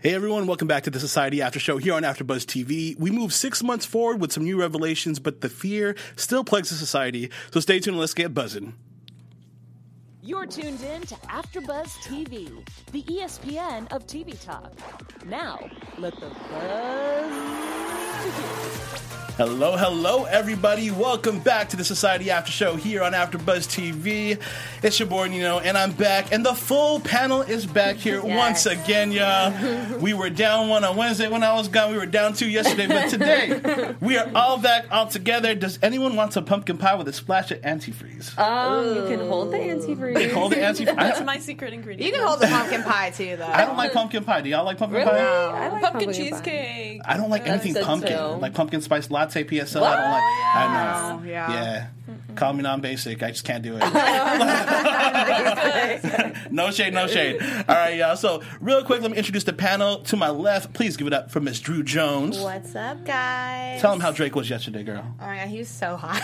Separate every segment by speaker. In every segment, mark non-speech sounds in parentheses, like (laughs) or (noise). Speaker 1: Hey everyone, welcome back to the Society After Show here on AfterBuzz TV. We move six months forward with some new revelations, but the fear still plagues the society. So stay tuned and let's get buzzing.
Speaker 2: You're tuned in to AfterBuzz TV, the E ESPN of TV talk. Now, let the buzz begin.
Speaker 1: Hello, hello everybody. Welcome back to the Society After Show here on AfterBuzz TV. It's your boy Nino, and I'm back, and the full panel is back here once again,
Speaker 3: (laughs)
Speaker 1: y'all. We were down one on Wednesday when I was gone. We were down two yesterday,
Speaker 3: (laughs)
Speaker 1: but today we are all back all together. Does anyone want some pumpkin pie with a splash of antifreeze?
Speaker 4: Um, you can hold the antifreeze.
Speaker 1: Hold the
Speaker 3: (laughs)
Speaker 1: antifreeze.
Speaker 3: That's my secret ingredient.
Speaker 5: You can hold the pumpkin pie too, though.
Speaker 1: (laughs) I don't like pumpkin pie. Do y'all like pumpkin
Speaker 4: Really?
Speaker 1: pie?
Speaker 4: I like
Speaker 3: pumpkin
Speaker 4: pie.
Speaker 3: cheesecake.
Speaker 1: I don't like anything
Speaker 4: said
Speaker 1: pumpkin.
Speaker 4: so.
Speaker 1: Like pumpkin spice latte PSL. I don't like. I know.
Speaker 5: Oh, yeah.
Speaker 1: Yeah. Call me non-basic. I just can't
Speaker 4: (laughs)
Speaker 1: do it. (laughs) no shade, no shade. All right, y'all. So real quick, let me introduce the panel. To my left, please give it up for Miss Drew Jones.
Speaker 5: What's up, guys?
Speaker 1: Tell him how Drake was yesterday, girl.
Speaker 5: Oh my god, he was so
Speaker 1: (laughs)
Speaker 5: hot.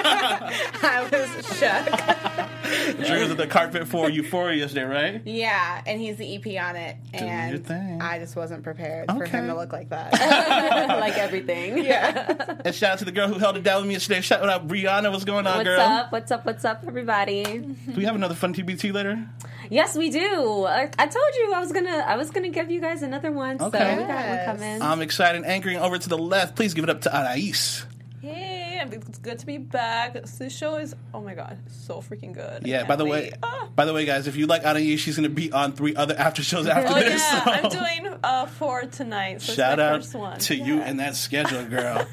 Speaker 5: (laughs) I was shook.
Speaker 1: Drew was at the carpet for Euphoria yesterday, right?
Speaker 5: Yeah, and he's the EP on it, and
Speaker 1: your thing.
Speaker 5: I just wasn't prepared for
Speaker 1: Okay.
Speaker 5: him to look
Speaker 1: (laughs)
Speaker 5: like that.
Speaker 4: I like
Speaker 5: (laughs)
Speaker 4: everything.
Speaker 1: And shout out to the girl who held it down with me yesterday. Shout out Brianna. What's going on,
Speaker 4: What's
Speaker 1: girl?
Speaker 4: up? What's up? What's up, everybody?
Speaker 1: Do we have another fun TBT later?
Speaker 4: Yes, we do. I, I told you I was gonna. I was gonna give you guys another one. So
Speaker 1: Okay.
Speaker 4: we got one
Speaker 5: Yes.
Speaker 4: coming.
Speaker 1: I'm excited. and Anchoring over to the left, please give it up to Anais.
Speaker 3: Hey, I'm- it's good to be back. This show is oh my god, so freaking good. I
Speaker 1: Yeah.
Speaker 3: can't
Speaker 1: By the way,
Speaker 3: wait. Ah.
Speaker 1: (laughs) by the way, guys, if you like Anais, she's going to be on three other after shows after
Speaker 3: Oh
Speaker 1: this.
Speaker 3: yeah,
Speaker 1: so-
Speaker 3: I'm doing uh, four tonight. So
Speaker 1: Shout
Speaker 3: it's my
Speaker 1: out
Speaker 3: first one.
Speaker 1: to you and that schedule, girl.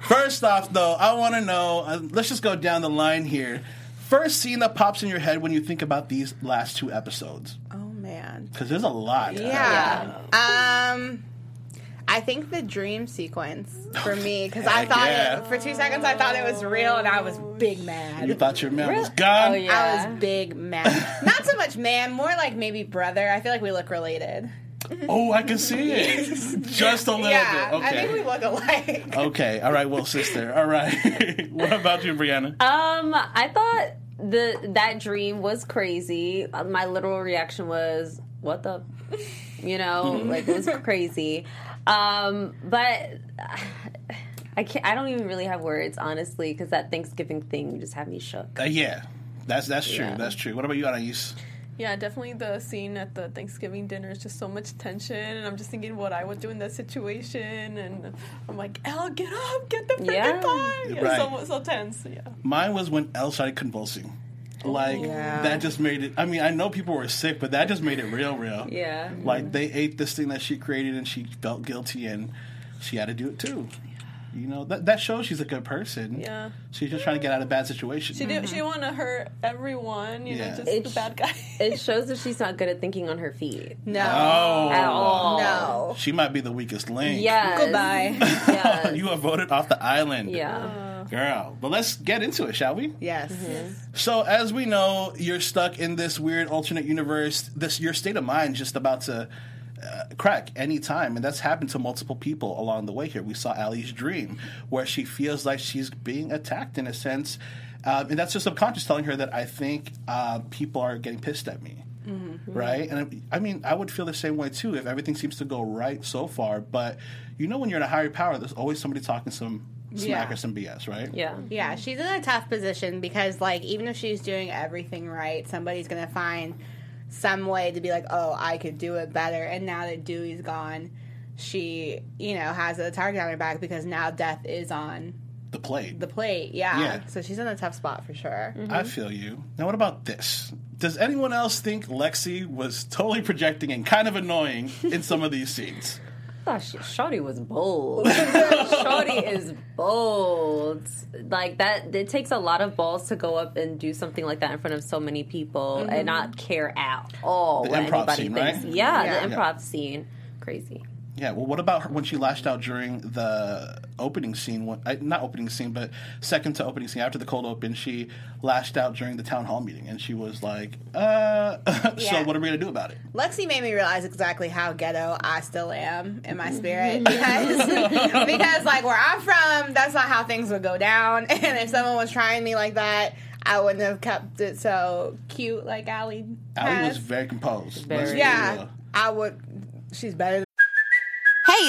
Speaker 1: First off, though, I want to know. Uh, let's just go down the line here. First scene that pops in your head when you think about these last two episodes,
Speaker 5: oh man.
Speaker 1: because there's a lot.
Speaker 5: Yeah. Um. I think the dream sequence for me because I
Speaker 1: Heck
Speaker 5: thought
Speaker 1: yeah.
Speaker 5: it, for two seconds I thought it was real and I was big mad.
Speaker 1: You thought your man was gone.
Speaker 4: Oh, yeah.
Speaker 5: I was big
Speaker 1: (laughs)
Speaker 5: mad. Not so much man, more like maybe brother. I feel like we look related.
Speaker 1: Oh, I can see it. just a little
Speaker 5: yeah,
Speaker 1: bit. Okay.
Speaker 5: I think we look alike.
Speaker 1: Okay. All right. Well, sister. All right. (laughs) what about you, Brianna?
Speaker 4: Um, I thought the that dream was crazy. Uh, My literal reaction was, "What the,"
Speaker 1: (laughs)
Speaker 4: you know, like it was crazy. Um, but (sighs) I can't. I don't even really have words, honestly, because that Thanksgiving thing just had me shook.
Speaker 1: Uh, yeah. That's that's true.
Speaker 4: Yeah.
Speaker 1: That's true. What about you, Anais?
Speaker 3: Yeah, definitely the scene at the Thanksgiving dinner is just so much tension, and I'm just thinking what I would do in that situation, and I'm like, Elle, get up, get the freaking
Speaker 4: Yeah.
Speaker 3: pie. Yeah,
Speaker 1: Right.
Speaker 3: So, so tense. Yeah.
Speaker 1: Mine was when Elle started convulsing. Like that just made it. I mean, I know people were sick, but that just made it real, real.
Speaker 4: Yeah.
Speaker 1: Like they ate this thing that she created, and she felt guilty, and she had to do it too. You know that that shows she's a good person.
Speaker 3: Yeah.
Speaker 1: She's just trying to get out of bad situations.
Speaker 3: She didn't. She didn't want to hurt everyone. You
Speaker 1: Yeah.
Speaker 3: know, just
Speaker 4: It
Speaker 3: the
Speaker 4: sh-
Speaker 3: bad guy.
Speaker 4: It shows that she's not good at thinking on her feet
Speaker 5: (laughs) No,
Speaker 1: Oh,
Speaker 4: at all.
Speaker 5: no.
Speaker 1: she might be the weakest link.
Speaker 4: Yes.
Speaker 5: Goodbye.
Speaker 1: (laughs)
Speaker 4: Yes.
Speaker 1: you are voted off the island.
Speaker 4: yeah.
Speaker 5: Uh.
Speaker 1: girl. But let's get into it, shall we?
Speaker 5: (laughs) Yes.
Speaker 1: So as we know, you're stuck in this weird alternate universe. This your state of mind's just about to uh, crack any time, and that's happened to multiple people along the way. Here, we saw Allie's dream, where she feels like she's being attacked in a sense, um, and that's her subconscious telling her that I think uh, people are getting pissed at me.
Speaker 5: Mm-hmm.
Speaker 1: Right, and I, I mean, I would feel the same way too if everything seems to go right so far. But you know, when you're in a higher power, there's always somebody talking some smack
Speaker 5: Yeah.
Speaker 1: or some BS, right?
Speaker 4: Yeah.
Speaker 5: Yeah, she's in a tough position because, like, even if she's doing everything right, somebody's going to find some way to be like, oh, I could do it better. And now that Dewey's gone, she, you know, has a target on her back because now death is on
Speaker 1: the plate.
Speaker 5: the plate. Yeah.
Speaker 1: Yeah.
Speaker 5: So she's in a tough spot for sure.
Speaker 1: I feel you. Now, what about this? Does anyone else think Lexi was totally projecting and kind of annoying in some of these scenes?
Speaker 4: thought she, Shawty was
Speaker 5: (laughs)
Speaker 4: bold. Shawty is bold. Like that, it takes a lot of balls to go up and do something like that in front of so many people
Speaker 5: Mm-hmm.
Speaker 4: and not care at all
Speaker 1: The
Speaker 4: what
Speaker 1: improv
Speaker 4: anybody
Speaker 1: scene,
Speaker 4: thinks.
Speaker 1: right?
Speaker 4: Yeah,
Speaker 5: Yeah.
Speaker 4: the improv scene, crazy.
Speaker 1: Yeah. Well, what about her, when she lashed out during the opening scene? When, uh, not opening scene, but second to opening scene after the cold open, she lashed out during the town hall meeting, and she was like, "Uh, (laughs) so
Speaker 5: Yeah.
Speaker 1: what are we gonna do about it?"
Speaker 5: Lexi made me realize exactly how ghetto I still am in my spirit because, because like where I'm from, that's not how things would go down. (laughs) And if someone was trying me like that, I wouldn't have kept it so cute like Allie.
Speaker 1: Allie
Speaker 5: has.
Speaker 1: was very composed.
Speaker 4: Very.
Speaker 1: be
Speaker 5: yeah,
Speaker 1: real.
Speaker 5: I would. She's better.
Speaker 6: Hey,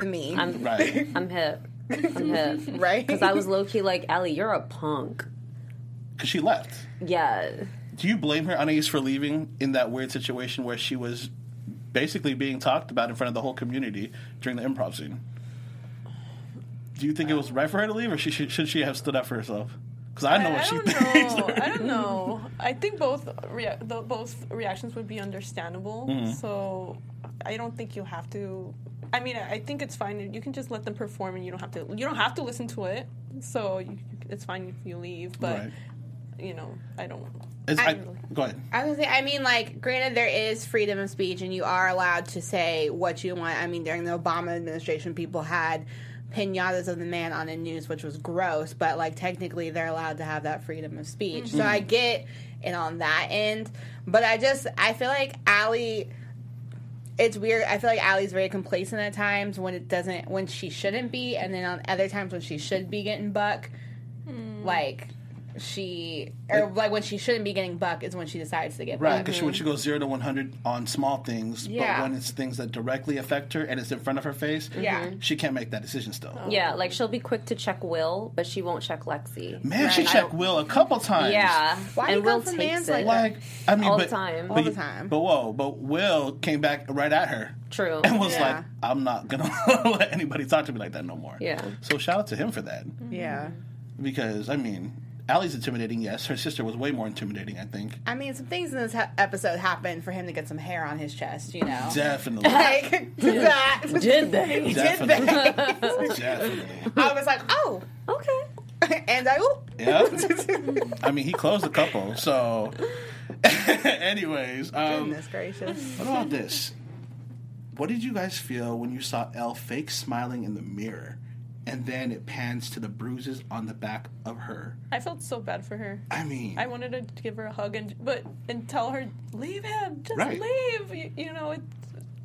Speaker 5: to me,
Speaker 4: I'm,
Speaker 1: Right.
Speaker 4: I'm hip.
Speaker 5: (laughs)
Speaker 4: I'm hip.
Speaker 5: right?
Speaker 4: Because I was low key like, Allie, you're a punk.
Speaker 1: Because she left.
Speaker 4: Yeah.
Speaker 1: Do you blame her, Anais, for leaving in that weird situation where she was basically being talked about in front of the whole community during the improv scene? Do you think it was right for her to leave, or she, should, should she have stood up for herself? Because I know
Speaker 3: I
Speaker 1: what she (laughs)
Speaker 3: don't
Speaker 1: thinks.
Speaker 3: know. I don't know. I think both rea- the, both reactions would be understandable.
Speaker 1: Mm-hmm.
Speaker 3: So I don't think you have to. I mean, I I think it's fine. You can just let them perform, and you don't have to. You don't have to listen to it. So you, it's fine if you leave. But
Speaker 1: Right.
Speaker 3: you know, I don't.
Speaker 1: It's, I,
Speaker 3: I-
Speaker 1: go ahead.
Speaker 5: I was gonna say, I mean, like, granted, there is freedom of speech, and you are allowed to say what you want. I mean, during the Obama administration, people had pinatas of the man on the news, which was gross, but like, technically, they're allowed to have that freedom of speech. So I get it on that end, but I just, I feel like Allie. It's weird. I feel like Allie's very complacent at times when it doesn't, when she shouldn't be, and then on other times when she should be getting buck. Like, she or like when she shouldn't be getting buck is when she decides to get
Speaker 1: Right,
Speaker 5: buck.
Speaker 1: because when she goes zero to one hundred on small things,
Speaker 5: Yeah.
Speaker 1: but when it's things that directly affect her and it's in front of her face,
Speaker 5: Yeah.
Speaker 1: she can't make that decision still.
Speaker 4: Yeah, like she'll be quick to check Will, but she won't check Lexi.
Speaker 1: Man, she checked Will a couple times.
Speaker 4: Yeah.
Speaker 5: Why do
Speaker 4: and
Speaker 5: you go
Speaker 4: Will
Speaker 5: for
Speaker 4: takes
Speaker 5: man's
Speaker 4: it.
Speaker 5: like that?
Speaker 1: like I mean,
Speaker 4: All
Speaker 1: but,
Speaker 4: the time.
Speaker 1: but
Speaker 4: All
Speaker 5: the
Speaker 1: you-
Speaker 5: time.
Speaker 1: But whoa, but Will came back right at her.
Speaker 4: True.
Speaker 1: and was
Speaker 5: Yeah.
Speaker 1: like, I'm not gonna (laughs) let anybody talk to me like that no more.
Speaker 4: Yeah.
Speaker 1: So shout out to him for that
Speaker 5: Yeah.
Speaker 1: Mm-hmm. because I mean, Allie's intimidating. Yes, her sister was way more intimidating. I think
Speaker 5: I mean, some things in this ha- episode happened for him to get some hair on his chest, you know. (laughs)
Speaker 1: definitely,
Speaker 5: Like that.
Speaker 4: Did
Speaker 5: (laughs)
Speaker 1: definitely,
Speaker 4: they?
Speaker 1: (laughs) definitely.
Speaker 5: I was like, oh,
Speaker 4: Okay.
Speaker 5: (laughs) and I
Speaker 1: (laughs)
Speaker 5: oh. (laughs)
Speaker 1: Yeah. I mean, he closed a couple. So, (laughs) anyways, um,
Speaker 5: Goodness gracious.
Speaker 1: what about this? What did you guys feel when you saw Elle fake smiling in the mirror, and then it pans to the bruises on the back of her?
Speaker 3: I felt so bad for her.
Speaker 1: I mean,
Speaker 3: I wanted to give her a hug and but and tell her leave him, just
Speaker 1: Right.
Speaker 3: leave. You, you know, it,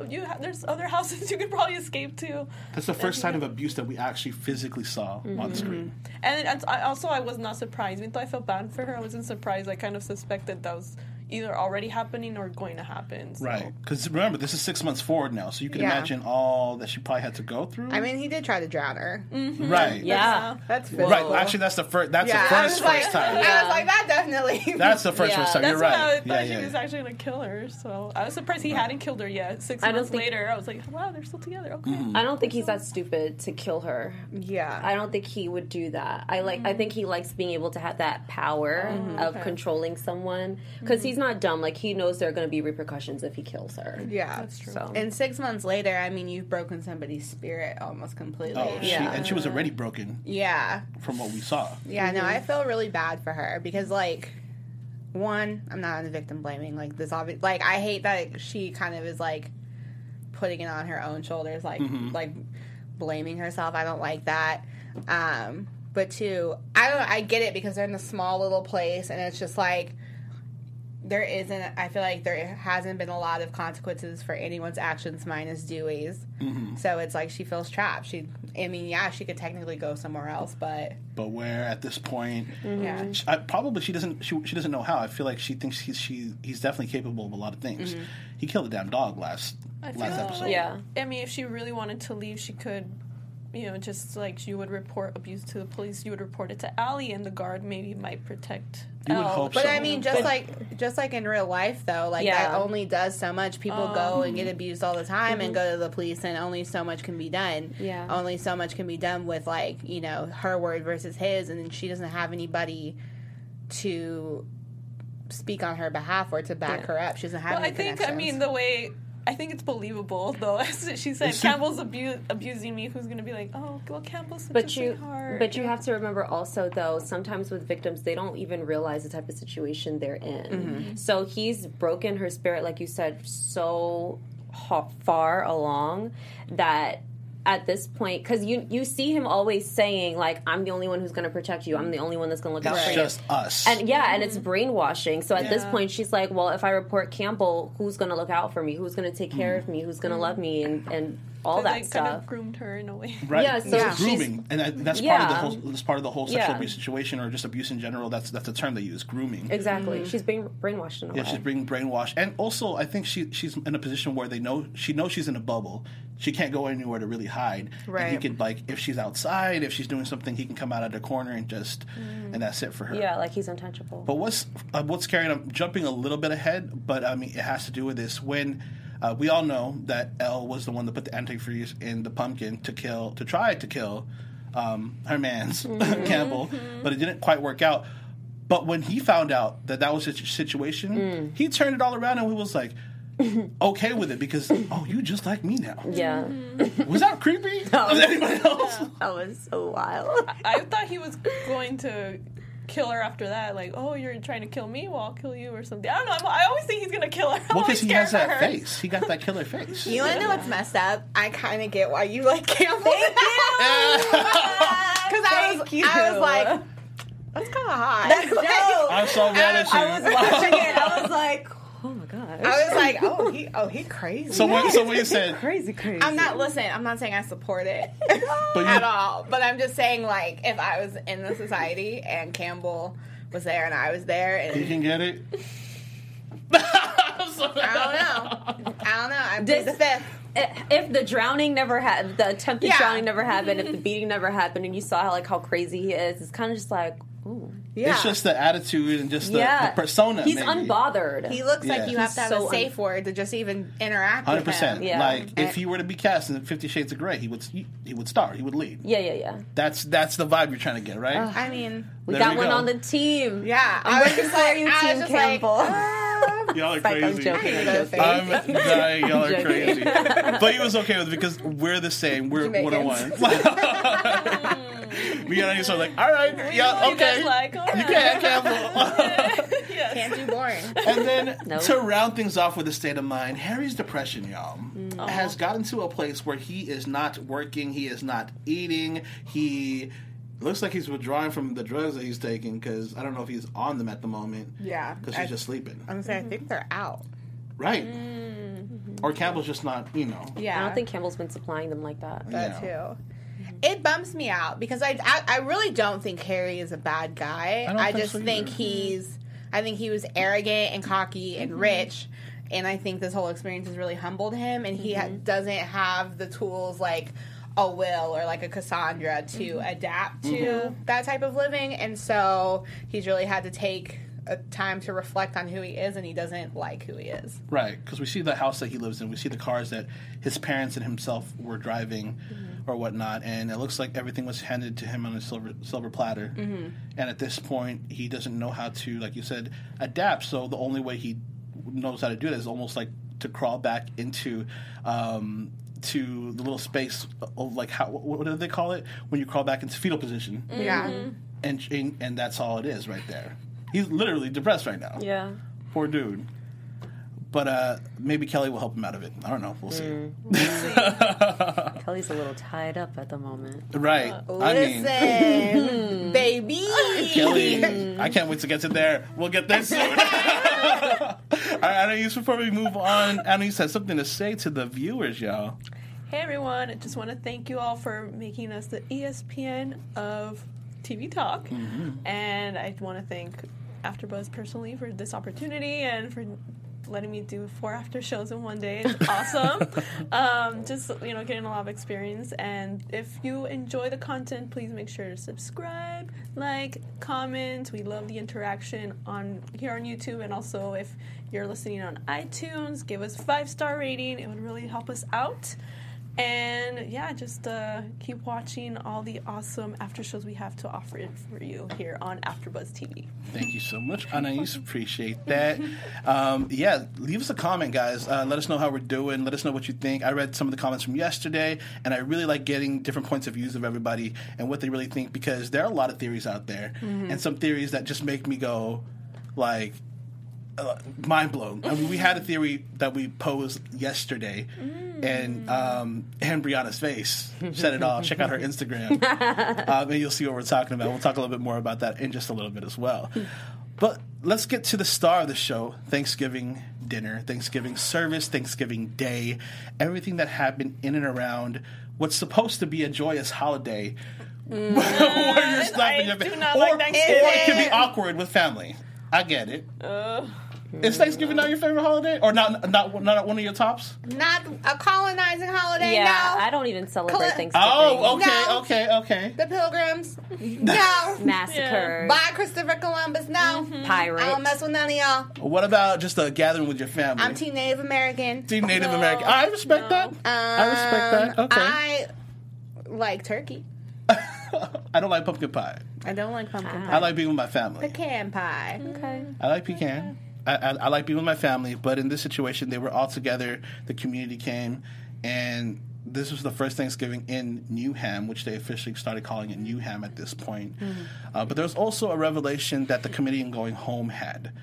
Speaker 3: you ha- there's other (laughs) houses you could probably escape to.
Speaker 1: that's the first sign of abuse that we actually physically saw on screen.
Speaker 3: And, and I, also, I was not surprised. Even though I felt bad for her, I wasn't surprised. I kind of suspected that was either already happening or going to happen. So.
Speaker 1: Right. Because remember, this is six months forward now, so you can
Speaker 5: Yeah.
Speaker 1: imagine all that she probably had to go through.
Speaker 5: I mean, he did try to drown her.
Speaker 1: right.
Speaker 4: Yeah.
Speaker 5: That's
Speaker 1: Mm. Right.
Speaker 5: physical.
Speaker 1: Actually, that's the first. That's
Speaker 5: Yeah,
Speaker 1: the
Speaker 5: I
Speaker 1: first
Speaker 5: was
Speaker 1: first
Speaker 5: like,
Speaker 1: time.
Speaker 5: (laughs) I was like, that definitely. (laughs)
Speaker 1: That's the first
Speaker 4: Yeah,
Speaker 1: first time.
Speaker 3: That's
Speaker 1: You're
Speaker 3: what
Speaker 1: right.
Speaker 3: I thought
Speaker 1: yeah,
Speaker 3: she
Speaker 1: yeah.
Speaker 3: was actually gonna kill her. So I was surprised he hadn't killed her yet. Six
Speaker 4: I don't
Speaker 3: months
Speaker 4: think-
Speaker 3: later, I was like, "Wow, they're still together." Okay.
Speaker 1: Mm-hmm.
Speaker 4: I don't think he's that stupid to kill her.
Speaker 5: yeah.
Speaker 4: I don't think he would do that. I like. I think he likes being able to have that power
Speaker 5: Mm-hmm.
Speaker 4: of controlling someone because he's not dumb. Like he knows there are going to be repercussions if he kills her.
Speaker 5: Yeah.
Speaker 4: So
Speaker 5: And six months later, I mean, you've broken somebody's spirit almost completely.
Speaker 1: Oh, she,
Speaker 4: Yeah.
Speaker 1: and she was already broken
Speaker 5: yeah.
Speaker 1: from what we saw.
Speaker 5: Yeah, no, I feel really bad for her because, like, one, I'm not into victim blaming. Like, this obvious, like, I hate that she kind of is like putting it on her own shoulders, like, like blaming herself. I don't like that. Um, but two, I don't. I get it because they're in a small little place, and it's just like there isn't. I feel like there hasn't been a lot of consequences for anyone's actions, minus Dewey's. So it's like she feels trapped. She, I mean, yeah, she could technically go somewhere else, but
Speaker 1: But where at this point,
Speaker 5: yeah.
Speaker 1: she- I, probably she doesn't. She, she doesn't know how. I feel like she thinks he's she he's definitely capable of a lot of things. He killed a damn dog last last episode.
Speaker 4: yeah,
Speaker 3: I mean, if she really wanted to leave, she could, you know, just like you would report abuse to the police, you would report it to Allie, and the guard maybe might protect.
Speaker 1: You would
Speaker 3: Elle.
Speaker 4: Oh,
Speaker 1: hope
Speaker 5: But
Speaker 1: so.
Speaker 5: I mean, just like just like in real life, though, like
Speaker 4: Yeah.
Speaker 5: that only does so much. People go and get abused all the time, and go to the police, and only so much can be done.
Speaker 4: Yeah.
Speaker 5: only so much can be done with like you know her word versus his, and then she doesn't have anybody to speak on her behalf or to back her up. She doesn't have.
Speaker 3: Well,
Speaker 5: any
Speaker 3: I think I
Speaker 5: connections.
Speaker 3: mean the way I think it's believable though. (laughs) she said
Speaker 1: It's-
Speaker 3: Campbell's abu- abusing me. Who's gonna be like, oh, well, Campbell's such
Speaker 4: but
Speaker 3: a
Speaker 4: you,
Speaker 3: sweetheart.
Speaker 4: but you have to remember also though. Sometimes with victims, they don't even realize the type of situation they're in. So he's broken her spirit, like you said, so ha- far along that at this point because you you see him always saying like I'm the only one who's going to protect you. I'm the only one that's going to look out for
Speaker 1: It's
Speaker 4: you.
Speaker 1: just us.
Speaker 4: And yeah, and it's brainwashing. So at this point, she's like, well, if I report Campbell, who's going to look out for me? Who's going to take care of me? Who's going to love me? And and all that
Speaker 3: like,
Speaker 4: stuff.
Speaker 3: kind of groomed her in a way. (laughs)
Speaker 1: right?
Speaker 4: yeah, so
Speaker 1: It's
Speaker 4: she's-
Speaker 1: grooming, and that, that's
Speaker 4: Yeah.
Speaker 1: part of the whole. That's part of the whole sexual
Speaker 4: Yeah.
Speaker 1: abuse situation, or just abuse in general. That's that's a term they use, grooming.
Speaker 4: Exactly. She's being brainwashed in a
Speaker 1: Yeah,
Speaker 4: way.
Speaker 1: she's being brainwashed, and also I think she she's in a position where they know she knows she's in a bubble. She can't go anywhere to really hide. And he
Speaker 5: Right.
Speaker 1: could like if she's outside, if she's doing something, he can come out of the corner and just and that's it for her.
Speaker 4: yeah, like he's untouchable.
Speaker 1: But what's uh, what's carrying? I'm jumping a little bit ahead, but I mean it has to do with this when. Uh, we all know that Elle was the one that put the antifreeze in the pumpkin to kill, to try to kill um, her man's (laughs) Campbell, but it didn't quite work out. But when he found out that that was his situation, he turned it all around and he was like, okay with it because oh, you just like me now.
Speaker 4: yeah, (laughs)
Speaker 1: Was that creepy? Was anybody else?
Speaker 4: that was so wild.
Speaker 3: I thought he was going to kill her after that. Like, oh, you're trying to kill me? Well, I'll kill you or something. I don't know. I'm, I always think he's going to kill her. I'm
Speaker 1: Well, because
Speaker 3: always
Speaker 1: he
Speaker 3: Oh, scared
Speaker 1: has that
Speaker 3: for her.
Speaker 1: face. He got that killer face. (laughs)
Speaker 5: You (laughs) want to know what's messed up? I kind of get why you like (laughs) Campbell. Thank Because I was,
Speaker 4: Thank
Speaker 5: I
Speaker 4: you.
Speaker 5: was like, that's kind of hot.
Speaker 1: I'm so mad at you.
Speaker 4: I was watching it. I was like, oh my gosh.
Speaker 5: I was like, oh, he, oh, he crazy.
Speaker 1: So when, so when you said,
Speaker 4: Crazy, crazy.
Speaker 5: I'm not listening. I'm not saying I support (laughs) it
Speaker 1: But you-
Speaker 5: at all. But I'm just saying, like, if I was in the society and Campbell was there and I was there,
Speaker 1: you
Speaker 5: and
Speaker 1: can get it.
Speaker 5: I don't know, I don't know. I
Speaker 4: This-
Speaker 5: plead the fifth.
Speaker 4: if the drowning never happened, the attempted
Speaker 5: Yeah.
Speaker 4: drowning never happened, if the beating never happened, and you saw how like how crazy he is, it's kind of just like, ooh,
Speaker 5: Yeah,
Speaker 1: It's just the attitude and just the,
Speaker 4: yeah,
Speaker 1: the persona.
Speaker 4: He's
Speaker 1: maybe.
Speaker 4: unbothered.
Speaker 5: he looks
Speaker 1: Yeah.
Speaker 5: like you have to have
Speaker 4: So
Speaker 5: a safe word to just even interact.
Speaker 1: Hundred
Speaker 5: with him.
Speaker 1: percent.
Speaker 4: Yeah.
Speaker 1: Like if he were to be cast in Fifty Shades of Grey, he would he, he would star. He would lead.
Speaker 4: yeah, yeah, yeah.
Speaker 1: That's that's the vibe you're trying to get, right?
Speaker 5: I mean,
Speaker 4: We
Speaker 1: There
Speaker 4: got
Speaker 1: we
Speaker 4: one
Speaker 1: go.
Speaker 4: on the team.
Speaker 5: yeah.
Speaker 4: I'm
Speaker 5: I was
Speaker 4: working
Speaker 5: just
Speaker 4: for
Speaker 5: like,
Speaker 4: you,
Speaker 5: I was
Speaker 4: Team
Speaker 5: just
Speaker 4: Campbell.
Speaker 5: Like, "Ah,
Speaker 1: y'all
Speaker 4: (laughs)
Speaker 1: are
Speaker 4: Like, I'm joking. I'm
Speaker 5: Go
Speaker 4: joking.
Speaker 5: figure.
Speaker 1: I'm dying. Y'all are
Speaker 4: (laughs) joking.
Speaker 1: crazy. But he was okay with it because we're the same. We're one on one. (laughs) We got on here, so like, all right, yeah,
Speaker 3: You
Speaker 1: okay.
Speaker 3: guys like, oh,
Speaker 1: you can't
Speaker 4: (laughs)
Speaker 1: Campbell.
Speaker 3: yes.
Speaker 5: can't be (laughs) boring.
Speaker 1: And then
Speaker 4: Nope.
Speaker 1: to round things off with a state of mind, Harry's depression, y'all, has gotten to a place where he is not working, he is not eating, he looks like he's withdrawing from the drugs that he's taking because I don't know if he's on them at the moment.
Speaker 5: Yeah,
Speaker 1: because
Speaker 5: I-
Speaker 1: he's just sleeping,
Speaker 5: I'm gonna say I think they're out.
Speaker 1: right? Or Campbell's just not, you know.
Speaker 5: Yeah,
Speaker 4: I don't think Campbell's been supplying them like that.
Speaker 5: that
Speaker 1: Yeah.
Speaker 4: Mm-hmm.
Speaker 5: too. It bumps me out because I, I I really don't think Harry is a bad guy.
Speaker 1: don't
Speaker 5: I,
Speaker 1: think
Speaker 5: just
Speaker 1: so
Speaker 5: think
Speaker 1: either.
Speaker 5: he's I think he was arrogant and cocky and
Speaker 4: Mm-hmm.
Speaker 5: rich, and I think this whole experience has really humbled him, and he ha-
Speaker 4: Mm-hmm.
Speaker 5: doesn't have the tools like a will or like a Cassandra to
Speaker 4: Mm-hmm.
Speaker 5: adapt to
Speaker 1: Mm-hmm.
Speaker 5: that type of living, and so he's really had to take a time to reflect on who he is, and he doesn't like who he is.
Speaker 1: Right, because we see the house that he lives in, we see the cars that his parents and himself were driving, or whatnot, and it looks like everything was handed to him on a silver silver platter. And at this point, he doesn't know how to, like you said, adapt. So the only way he knows how to do that is almost like to crawl back into. Um, to the little space of like how what, what do they call it when you crawl back into fetal position
Speaker 5: Yeah.
Speaker 1: and, and and that's all it is right there he's literally depressed right now
Speaker 4: Yeah.
Speaker 1: Poor dude. But uh, maybe Kelly will help him out of it. I don't know. We'll see.
Speaker 4: Kelly's a little tied up at the moment.
Speaker 1: Right. I mean,
Speaker 4: Mm.
Speaker 5: Listen, baby. (laughs)
Speaker 1: Kelly, I can't wait to get to there. We'll get there soon. (laughs) All right, Anais, before we move on, Anais has something to say to the viewers, y'all.
Speaker 3: Hey everyone, I just want to thank you all for making us the E ESPN of TV Talk. And I want to thank AfterBuzz personally for this opportunity and for letting me do four after shows in one day. It's awesome. um, just, you know, getting a lot of experience. And if you enjoy the content, please make sure to subscribe, like, comment. We love the interaction on here on YouTube. And also, if you're listening on iTunes, give us five star rating. It would really help us out. And yeah, just uh, keep watching all the awesome after shows we have to offer for you here on AfterBuzz TV.
Speaker 1: Thank you so much, Anais. Appreciate that. Um, yeah, leave us a comment, guys. Uh, let us know how we're doing. Let us know what you think. I read some of the comments from yesterday, and I really like getting different points of views of everybody and what they really think because there are a lot of theories out there, and some theories that just make me go, like, uh, mind blown. I mean, we had a theory that we posed yesterday, and um, and Brianna's face said it all. Check out her Instagram, um, and you'll see what we're talking about. We'll talk a little bit more about that in just a little bit as well. But let's get to the star of the show: Thanksgiving dinner, Thanksgiving service, Thanksgiving Day, everything that happened in and around what's supposed to be a joyous holiday. (laughs) where you're slapping your
Speaker 3: do
Speaker 1: fa-
Speaker 3: not
Speaker 1: or,
Speaker 3: like
Speaker 1: or it
Speaker 3: Thanksgiving.
Speaker 1: can be awkward with family. I get it. Is Thanksgiving not your favorite holiday, or not not not one of your tops?
Speaker 5: Not a colonizing holiday.
Speaker 4: Yeah,
Speaker 5: no.
Speaker 4: I don't even celebrate
Speaker 5: Cla-
Speaker 4: Thanksgiving.
Speaker 1: Oh, okay,
Speaker 5: No.
Speaker 1: okay, okay.
Speaker 5: the Pilgrims.
Speaker 1: (laughs)
Speaker 5: No.
Speaker 4: Massacre.
Speaker 5: Bye, Christopher Columbus. No.
Speaker 1: Mm-hmm.
Speaker 4: Pirate.
Speaker 5: I don't mess with none of y'all.
Speaker 1: What about just a gathering with your family?
Speaker 5: I'm Team Native American.
Speaker 1: Team Native American. I respect that. I respect that.
Speaker 5: Um,
Speaker 1: Okay. (laughs) I,
Speaker 5: I like turkey.
Speaker 1: don't like pumpkin pie.
Speaker 5: I don't like pumpkin pie.
Speaker 1: I like being with my family.
Speaker 5: Pecan pie.
Speaker 4: okay.
Speaker 1: I like pecan. I, I, I like being with my family, but in this situation, they were all together. The community came, and this was the first Thanksgiving in Newham, which they officially started calling it Newham at this point. Uh, but there was also a revelation that the committee in Going Home had.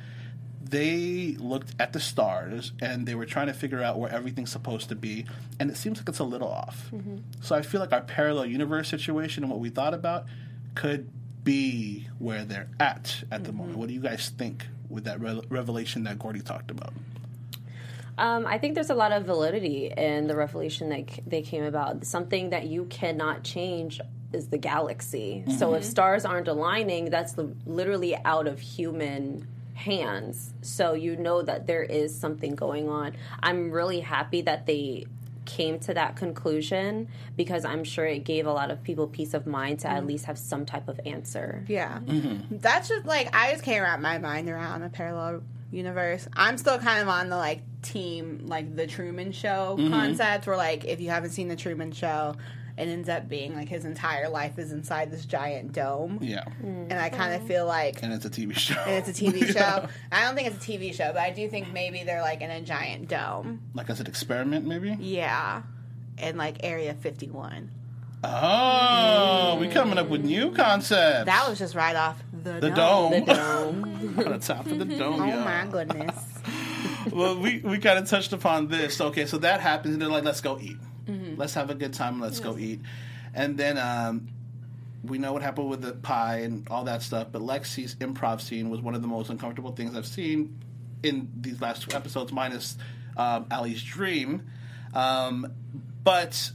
Speaker 1: They looked at the stars and they were trying to figure out where everything's supposed to be, and it seems like it's a little off.
Speaker 5: Mm-hmm.
Speaker 1: So I feel like our parallel universe situation and what we thought about could be where they're at at
Speaker 5: Mm-hmm.
Speaker 1: the moment. What do you guys think with that re- revelation that Gordy talked about?
Speaker 4: Um, I think there's a lot of validity in the revelation that c- they came about. Something that you cannot change is the galaxy. So if stars aren't aligning, that's li- literally out of human hands. So you know that there is something going on. I'm really happy that they came to that conclusion because I'm sure it gave a lot of people peace of mind to at least have some type of answer.
Speaker 5: Yeah.
Speaker 1: Mm-hmm.
Speaker 5: That's just like, I just can't wrap my mind around a parallel universe. I'm still kind of on the like team, like the Truman Show
Speaker 1: Mm-hmm.
Speaker 5: concept, where like if you haven't seen the Truman Show, it ends up being like his entire life is inside this giant dome.
Speaker 1: Yeah. Mm-hmm.
Speaker 5: And I kind of feel like
Speaker 1: And it's a TV (laughs) show.
Speaker 5: it's a TV show. I don't think it's a TV show, but I do think maybe they're like in a giant dome.
Speaker 1: like as an experiment, maybe?
Speaker 5: Yeah. And like Area 51.
Speaker 1: Oh, we coming up with new concepts.
Speaker 5: That was just right off the,
Speaker 1: the
Speaker 5: dome.
Speaker 1: dome. (laughs) On the top
Speaker 5: (laughs)
Speaker 1: of the dome,
Speaker 5: Oh
Speaker 1: y'all.
Speaker 5: my goodness.
Speaker 1: well, we, we kind of touched upon this. Okay, so that happens, and they're like, let's go eat. Let's have a good time, let's go eat. And then um, we know what happened with the pie and all that stuff, but Lexi's improv scene was one of the most uncomfortable things I've seen in these last two episodes, minus um, Ali's dream. Um, but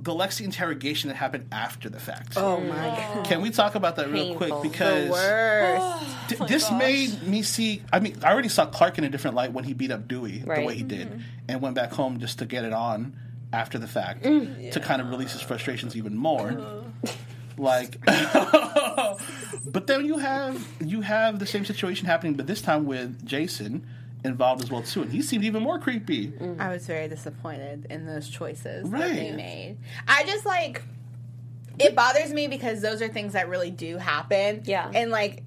Speaker 1: the Lexi interrogation that happened after the fact.
Speaker 5: Oh my god.
Speaker 1: Can we talk about that real
Speaker 4: Painful.
Speaker 1: quick?
Speaker 5: The
Speaker 1: Because
Speaker 5: worst.
Speaker 1: Th- this made me see. I mean, I already saw Clark in a different light when he beat up Dewey the
Speaker 4: Right.
Speaker 1: way he did,
Speaker 5: Mm-hmm.
Speaker 1: and went back home just to get it on after the fact
Speaker 5: Mm.
Speaker 1: to kind of release his frustrations even more.
Speaker 5: Uh-huh.
Speaker 1: Like, (laughs) but then you have you have the same situation happening, but this time with Jason involved as well too, and he seemed even more creepy.
Speaker 5: I was very disappointed in those choices that they
Speaker 1: Right.
Speaker 5: made. I just like it bothers me because those are things that really do happen.
Speaker 4: Yeah.
Speaker 5: And like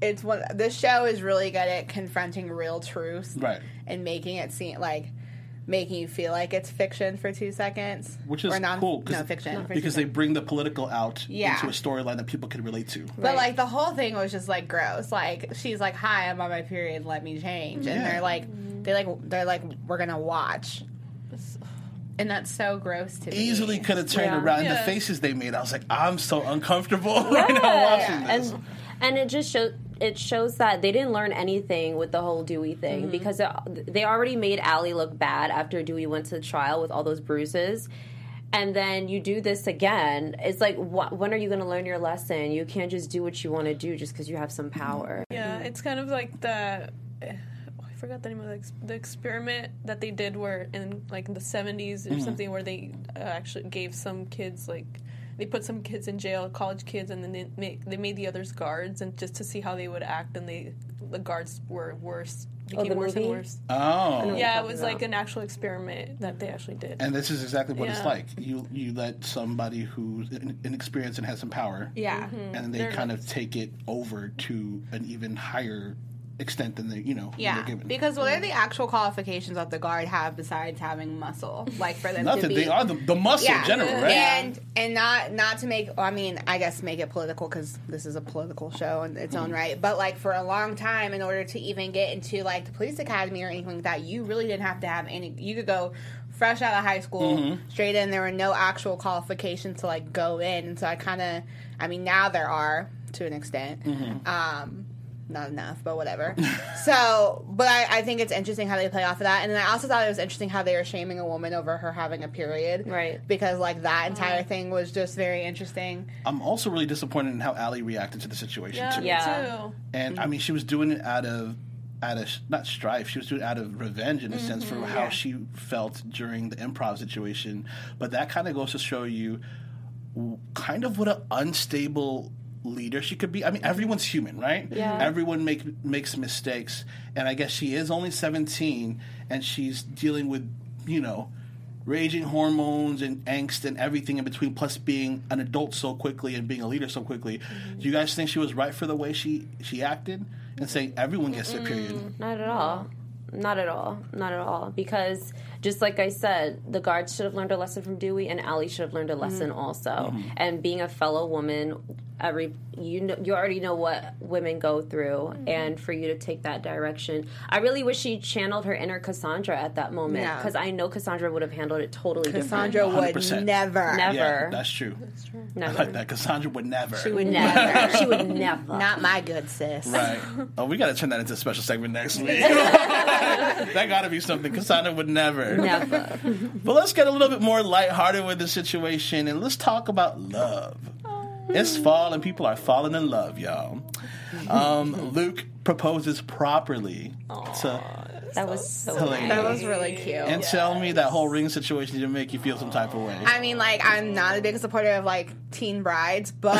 Speaker 5: it's one this show is really good at confronting real truths.
Speaker 1: Right.
Speaker 5: And making it seem like making you feel like it's fiction for two seconds.
Speaker 1: Which is
Speaker 5: or non,
Speaker 1: cool 'cause-
Speaker 5: no fiction.
Speaker 1: because they bring the political out
Speaker 5: Yeah.
Speaker 1: into a storyline that people can relate to.
Speaker 5: But like the whole thing was just like gross. Like she's like, "Hi, I'm on my period. Let me change." And
Speaker 1: Yeah.
Speaker 5: they're like, they like, they're like, "We're gonna watch," and that's so gross to me.
Speaker 1: Easily could have turned
Speaker 4: Yeah.
Speaker 1: around. And the
Speaker 3: Yeah.
Speaker 1: faces they made, I was like, I'm so uncomfortable (laughs) right now watching this.
Speaker 4: and and it just shows it shows that they didn't learn anything with the whole Dewey thing because it, they already made Allie look bad after Dewey went to trial with all those bruises. And then you do this again. It's like, wh- when are you going to learn your lesson? You can't just do what you want to do just because you have some power.
Speaker 3: Yeah, it's kind of like the. eh, oh, I forgot the name of the, ex- the experiment that they did where in like in the 70s
Speaker 4: Mm-hmm.
Speaker 3: or something where they uh, actually gave some kids like they put some kids in jail college kids and then they made, they made the others guards and just to see how they would act and they the guards were worse became
Speaker 4: the
Speaker 3: worse
Speaker 4: movie?
Speaker 3: and worse
Speaker 1: Oh.
Speaker 3: yeah it
Speaker 4: talking
Speaker 3: was
Speaker 4: about.
Speaker 3: like an actual experiment that they actually did
Speaker 1: And this is exactly what it's
Speaker 3: Yeah.
Speaker 1: like. You you let somebody who's in- inexperienced
Speaker 5: Mm-hmm.
Speaker 1: and has some power,
Speaker 5: Yeah.
Speaker 1: and they kind of take it over to an even higher extent than they you know than
Speaker 5: Yeah,
Speaker 1: they're given.
Speaker 5: because what are the actual qualifications that the guard have besides having muscle? Like for them to
Speaker 1: nothing
Speaker 5: be
Speaker 1: they are the, the muscle in general, right?
Speaker 5: And and not not to make. Well, I mean, I guess make it political because this is a political show in its
Speaker 1: Mm-hmm.
Speaker 5: own right. But like for a long time, in order to even get into like the police academy or anything like that, you really didn't have to have any. You could go fresh out of high school
Speaker 1: Mm-hmm.
Speaker 5: straight in. There were no actual qualifications to like go in. And so I kind of. I mean, now there are to an extent.
Speaker 1: Mm-hmm.
Speaker 5: Um, not enough, but whatever. (laughs) so, but I, I think it's interesting how they play off of that. And then I also thought it was interesting how they were shaming a woman over her having a period.
Speaker 4: Right.
Speaker 5: Because, like, that entire thing was just very interesting.
Speaker 1: I'm also really disappointed in how Allie reacted to the situation too.
Speaker 4: Yeah.
Speaker 3: too.
Speaker 1: And I mean, she was doing it out of out of not strife. She was doing it out of revenge in a sense for how she felt during the improv situation. But that kind of goes to show you w- kind of what an unstable leader she could be. I mean, everyone's human, right? Yeah. Everyone make makes mistakes, and I guess she is only 17, and she's dealing with you know raging hormones and angst and everything in between plus being an adult so quickly and being a leader so quickly do you guys think she was right for the way she she acted and saying everyone gets their period
Speaker 4: Not at all. Not at all. Not at all. Because just like I said, the guards should have learned a lesson from Dewey, and Allie should have learned a lesson
Speaker 5: Mm-hmm.
Speaker 4: also. And being a fellow woman, every you know, you already know what women go through,
Speaker 5: Mm-hmm.
Speaker 4: and for you to take that direction, I really wish she channeled her inner Cassandra at that moment
Speaker 5: Yeah.
Speaker 4: because I know Cassandra would have handled it totally
Speaker 5: Cassandra would
Speaker 1: 100%.
Speaker 5: never.
Speaker 4: Never.
Speaker 1: yeah that's true
Speaker 4: different.
Speaker 1: I like that cassandra would never she
Speaker 4: Never. Never. (laughs) she would never.
Speaker 5: Not my good sis. (laughs)
Speaker 1: right oh we gotta turn that into a special segment next week that gotta be something cassandra would never
Speaker 4: Never.
Speaker 5: (laughs)
Speaker 1: But let's get a little bit more lighthearted with the situation and let's talk about love.
Speaker 5: Oh.
Speaker 1: It's fall and people are falling in love, y'all.
Speaker 5: (laughs)
Speaker 1: Um, Luke proposes properly to
Speaker 4: That was so
Speaker 1: Helene.
Speaker 4: nice.
Speaker 5: That was really cute.
Speaker 1: and tell me that whole ring situation didn't make you feel some type of way.
Speaker 5: I mean, like, I'm not a big supporter of like teen
Speaker 1: (laughs)
Speaker 5: brides, but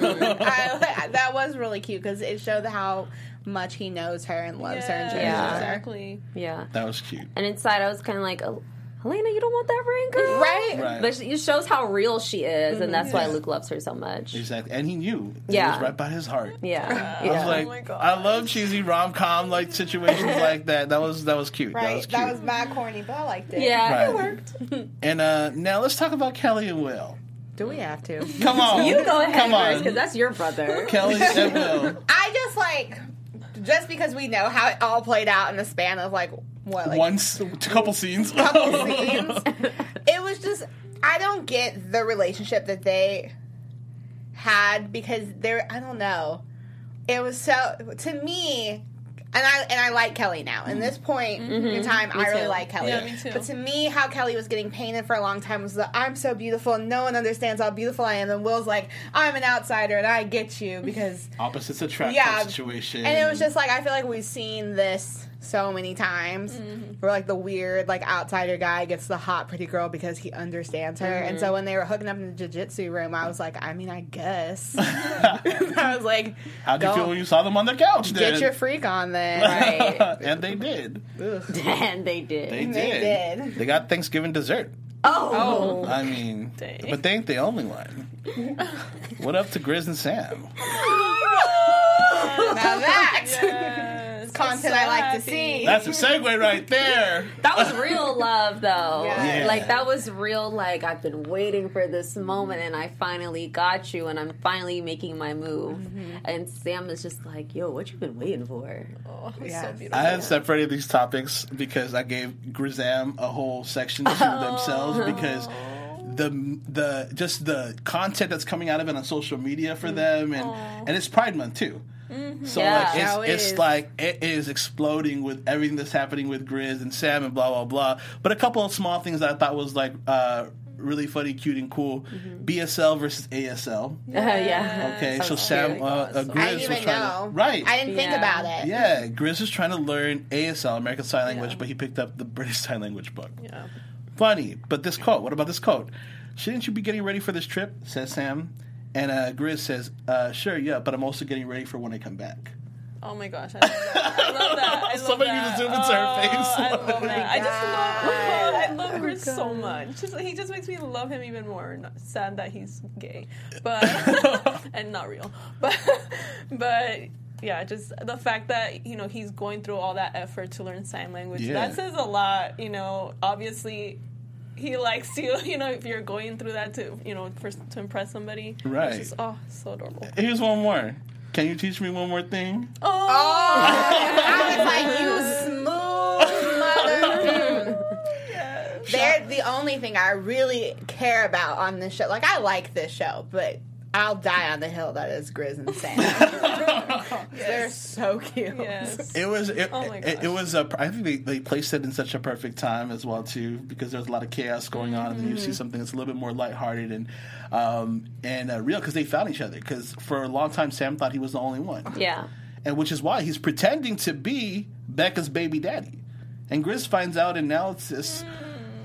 Speaker 5: (laughs) I, that was really cute because it showed how much he knows her and loves her and cherishes
Speaker 4: Yeah.
Speaker 5: her.
Speaker 3: Exactly.
Speaker 4: Yeah.
Speaker 1: that was cute.
Speaker 4: And inside, I was kind of like, oh, Helena, you don't want that ring, girl.
Speaker 5: Right?
Speaker 1: Right.
Speaker 4: But she- it shows how real she is, and that's why Luke loves her so much.
Speaker 1: Exactly. And he knew. It
Speaker 4: Yeah.
Speaker 1: was right by his heart.
Speaker 4: Yeah.
Speaker 1: I was
Speaker 4: yeah.
Speaker 1: like,
Speaker 3: my gosh.
Speaker 1: I love cheesy rom com like situations like that. That was that was cute. That
Speaker 5: Right?
Speaker 1: was cute.
Speaker 5: That was my corny, but I liked Uh, it.
Speaker 4: yeah,
Speaker 1: Right.
Speaker 4: it worked.
Speaker 5: (laughs)
Speaker 1: and uh, now let's talk about Kelly and Will.
Speaker 5: Do we have to?
Speaker 1: Come on,
Speaker 4: You go ahead
Speaker 1: Come
Speaker 4: first,
Speaker 1: on,
Speaker 4: because that's your (laughs) brother.
Speaker 5: (laughs)
Speaker 1: Kelly and Will.
Speaker 5: I just like just because we know how it all played out in the span of like what like
Speaker 1: once a couple scenes. (laughs)
Speaker 5: couple scenes. It was just I don't get the relationship that they had because they're I don't know. It was so to me and I and I like Kelly now. In this point in time, I really
Speaker 4: too.
Speaker 5: like Kelly.
Speaker 3: Yeah, me Mm-hmm. too.
Speaker 5: But to me, how Kelly was getting painted for a long time was that I'm so beautiful, and no one understands how beautiful I am. And Will's like, I'm an outsider, and I get you because
Speaker 1: Opposites attract
Speaker 5: Yeah.
Speaker 1: type situation.
Speaker 5: and it was just like I feel like we've seen this so many times, where like the weird like outsider guy gets the hot pretty girl because he understands her. And so when they were hooking up in the jujitsu room, I was like, I mean, I guess. (laughs) I was like,
Speaker 1: (laughs) How'd you
Speaker 5: go-
Speaker 1: feel when you saw them on the couch? Then?
Speaker 5: Get
Speaker 1: (laughs)
Speaker 5: your freak on then. (laughs)
Speaker 4: Right.
Speaker 1: and they did.
Speaker 4: and they did.
Speaker 1: They,
Speaker 5: They
Speaker 1: did.
Speaker 5: did.
Speaker 1: They got Thanksgiving dessert.
Speaker 4: oh,
Speaker 1: I mean, but they ain't the only
Speaker 5: (laughs)
Speaker 1: one. what up to Grizz and Sam?
Speaker 5: now that's
Speaker 3: Yes.
Speaker 5: content I like to see.
Speaker 1: That's a segue right there.
Speaker 4: (laughs) that was real love, though.
Speaker 5: Yeah.
Speaker 1: Yeah.
Speaker 4: Like that was real. Like I've been waiting for this moment, and I finally got you, and I'm finally making my move. And Sam is just like, "Yo, what you been waiting for?" (laughs)
Speaker 3: Oh, it's so
Speaker 5: Yes.
Speaker 3: beautiful.
Speaker 1: I have separated these topics because I gave Grizzam a whole section to
Speaker 5: (laughs) Oh.
Speaker 1: themselves because the the just the content that's coming out of it on social media
Speaker 5: Mm.
Speaker 1: for them and and it's Pride Month too. So
Speaker 4: Yeah.
Speaker 1: like it's,
Speaker 5: Now Mm-hmm. it
Speaker 1: it's
Speaker 5: is.
Speaker 1: like it is exploding with everything that's happening with Grizz and Sam and blah blah blah. But a couple of small things that I thought was like uh, really funny, cute, and cool.
Speaker 5: Mm-hmm.
Speaker 1: BSL versus ASL.
Speaker 4: yeah.
Speaker 1: Okay, so
Speaker 4: Sounds
Speaker 1: Sam
Speaker 4: cute.
Speaker 1: uh, uh, Grizz
Speaker 5: I didn't
Speaker 1: was
Speaker 5: even
Speaker 1: trying
Speaker 5: know.
Speaker 1: to right.
Speaker 5: I didn't think
Speaker 4: Yeah.
Speaker 5: about it.
Speaker 1: Yeah, Grizz was trying to learn ASL, American Sign Language, but he picked up the British (laughs) Sign Language book.
Speaker 3: Yeah.
Speaker 1: Funny, but this quote. What about this quote? Shouldn't you be getting ready for this trip? Says Sam, and uh, Grizz says, uh, "Sure, yeah, but I'm also getting ready for when I come back."
Speaker 3: Oh my gosh, I love that. I love that. I love
Speaker 1: Somebody
Speaker 3: that.
Speaker 1: needs to zoom into her
Speaker 3: Oh,
Speaker 1: face.
Speaker 3: I love that. I
Speaker 4: Oh
Speaker 3: just love. I love Chris so much. Just- he just makes me love him even more. Not
Speaker 1: (laughs)
Speaker 3: sad that he's gay, but and not real. But but yeah, just the fact that you know he's going through all that effort to learn sign language.
Speaker 1: Yeah.
Speaker 3: That says a lot. You know, obviously. He likes you, (laughs) you know, if you're going through that to, you know, for, to impress somebody.
Speaker 1: Right.
Speaker 3: It's just, oh, so adorable.
Speaker 1: (laughs) Here's one more. Can you teach me one more thing?
Speaker 3: Oh,
Speaker 5: I was like, you smooth mother. (laughs) They're the only thing I really care about on this show. Like, I like this show, but I'll die on the hill that is Grizz and Sam. (laughs) They're so cute.
Speaker 3: Yes.
Speaker 1: It was. It,
Speaker 3: Oh my
Speaker 1: it, it
Speaker 3: gosh.
Speaker 1: was. A, I think they, they placed it in such a perfect time as well too, because there's a lot of chaos going on, and then you see something that's a little bit more lighthearted and um, and uh, real because they found each other. Because for a long time, Sam thought he was the only one,
Speaker 4: Yeah.
Speaker 1: and which is why he's pretending to be Becca's baby daddy. And Grizz finds out, and now it's this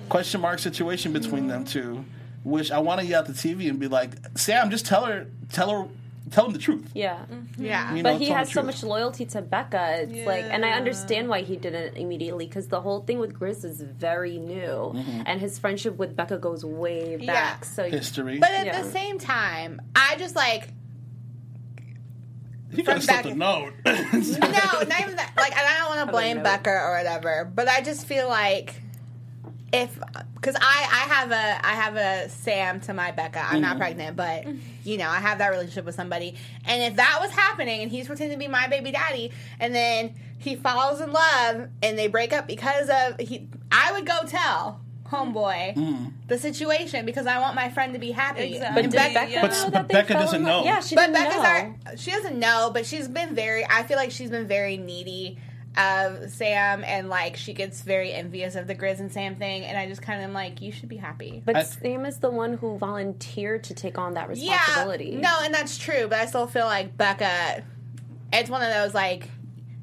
Speaker 1: question mark situation between them two, which I want to yell at the TV and be like, Sam, just tell her, tell her, tell him the truth.
Speaker 4: Yeah.
Speaker 5: Yeah.
Speaker 1: You know,
Speaker 4: But he
Speaker 1: tell him
Speaker 4: has
Speaker 1: the
Speaker 4: so
Speaker 1: truth.
Speaker 4: much loyalty to Becca. It's like, and I understand why he didn't immediately because the whole thing with Grizz is very new,
Speaker 1: Mm-hmm.
Speaker 4: and his friendship with Becca goes way back. So
Speaker 1: history.
Speaker 5: But at
Speaker 4: Yeah.
Speaker 5: the same time, I just like
Speaker 1: he could have
Speaker 5: back-
Speaker 1: slipped a note. (laughs)
Speaker 5: no, not even that. Like, and I don't want to blame
Speaker 4: know.
Speaker 5: Becker or whatever, but I just feel like if because I I have a I have a Sam to my Becca. I'm not pregnant, but you know I have that relationship with somebody. And if that was happening, and he's pretending to be my baby daddy, and then he falls in love and they break up because of he, I would go tell homeboy the situation because I want my friend to be happy.
Speaker 3: Exactly.
Speaker 5: And
Speaker 3: But
Speaker 5: Beck-
Speaker 3: did Becca-
Speaker 4: Becca,
Speaker 3: But-
Speaker 4: know
Speaker 1: but
Speaker 4: that they
Speaker 1: Becca
Speaker 4: fell in
Speaker 1: doesn't
Speaker 4: love-
Speaker 1: know.
Speaker 4: Yeah, she
Speaker 5: but
Speaker 4: didn't
Speaker 5: Becca's
Speaker 4: know.
Speaker 5: our, she doesn't know, but she's been very, I feel like she's been very needy of Sam and like she gets very envious of the Grizz and Sam thing. And I just kind of am like, you should be happy.
Speaker 4: But
Speaker 1: I-
Speaker 4: Sam is the one who volunteered to take on that
Speaker 5: yeah.
Speaker 4: responsibility.
Speaker 5: No, and that's true, but I still feel like Becca, it's one of those like,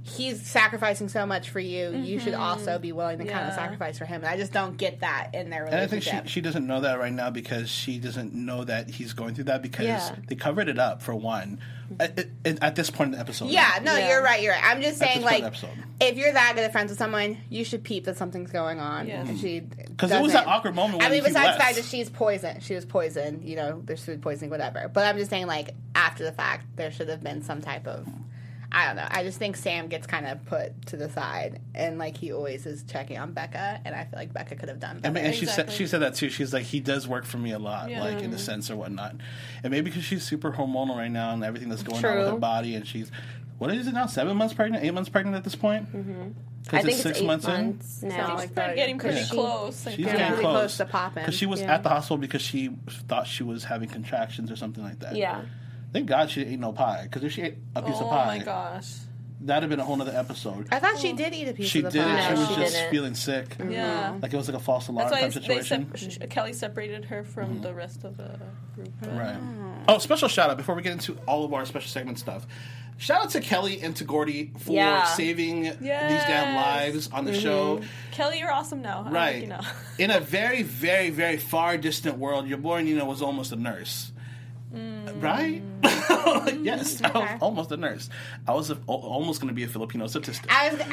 Speaker 5: he's sacrificing so much for you. You should also be willing to kind of
Speaker 3: Yeah.
Speaker 5: sacrifice for him. And I just don't get that in their
Speaker 1: And I
Speaker 5: relationship.
Speaker 1: think she, she doesn't know that right now because she doesn't know that he's going through that because
Speaker 4: Yeah. Mm-hmm.
Speaker 1: they covered it up for one at, at, at this point in the episode.
Speaker 5: Yeah, no,
Speaker 4: Yeah.
Speaker 5: you're right. You're right. I'm just
Speaker 1: That's
Speaker 5: saying,
Speaker 1: just one
Speaker 5: like,
Speaker 1: episode.
Speaker 5: if you're that good of friends with someone, you should peep that something's going on.
Speaker 3: Yes.
Speaker 5: And she
Speaker 1: because Mm-hmm. it was that
Speaker 5: doesn't.
Speaker 1: awkward moment. When
Speaker 5: I mean,
Speaker 1: he
Speaker 5: besides
Speaker 1: left.
Speaker 5: the fact that she's poisoned, she was poisoned. You know, there's food poisoning, whatever. But I'm just saying, like, after the fact, there should have been some type of. I don't know. I just think Sam gets kind of put to the side, and like he always is checking on Becca, and I feel like Becca could have done
Speaker 1: I
Speaker 5: better.
Speaker 1: mean, and she said she said that too. She's like, he does work for me a lot, like
Speaker 4: Mm-hmm.
Speaker 1: in a sense or whatnot. And maybe because she's super hormonal right now and everything that's going on with her
Speaker 4: True.
Speaker 1: body, and she's what is it now? Seven months pregnant? Eight months pregnant at this point? Because
Speaker 4: Mm-hmm. I think
Speaker 1: it's
Speaker 4: it's
Speaker 1: six
Speaker 4: eight
Speaker 1: months,
Speaker 4: months,
Speaker 1: in.
Speaker 4: now.
Speaker 5: Something like that.
Speaker 3: They're getting pretty
Speaker 1: Yeah.
Speaker 3: close. Like,
Speaker 1: She's
Speaker 3: yeah.
Speaker 1: getting
Speaker 5: really
Speaker 1: close,
Speaker 5: close to popping.
Speaker 1: Because she was at the hospital because she thought she was having contractions or something like that.
Speaker 4: yeah.
Speaker 1: Thank God she didn't eat no pie. Because if she ate a piece of
Speaker 3: Oh
Speaker 1: pie,
Speaker 3: my gosh.
Speaker 1: that'd have been a whole nother episode.
Speaker 5: I thought she did eat a piece
Speaker 1: She
Speaker 5: of
Speaker 1: did.
Speaker 5: the
Speaker 1: it.
Speaker 5: pie.
Speaker 1: She
Speaker 4: No,
Speaker 1: was
Speaker 4: she
Speaker 1: just
Speaker 4: didn't.
Speaker 1: feeling sick.
Speaker 3: Yeah.
Speaker 1: Like it was like a false alarm
Speaker 3: Mm-hmm. That's why
Speaker 1: type
Speaker 3: they
Speaker 1: Mm-hmm. situation. Mm-hmm.
Speaker 3: sep- sh- Kelly separated her from the rest of the group.
Speaker 1: Right. Oh, special shout out before we get into all of our special segment stuff. Shout out to Kelly and to Gordy for
Speaker 4: Yeah.
Speaker 1: saving these damn
Speaker 3: Yes.
Speaker 1: lives on the show.
Speaker 3: Kelly, you're awesome now. I like
Speaker 1: Right.
Speaker 3: you now.
Speaker 1: In a very, very, very far distant world, your boy Nina was almost a nurse. Right? (laughs) yes, I was almost a nurse. I was a, al- almost going to be a Filipino statistic.
Speaker 5: I was. I, (laughs)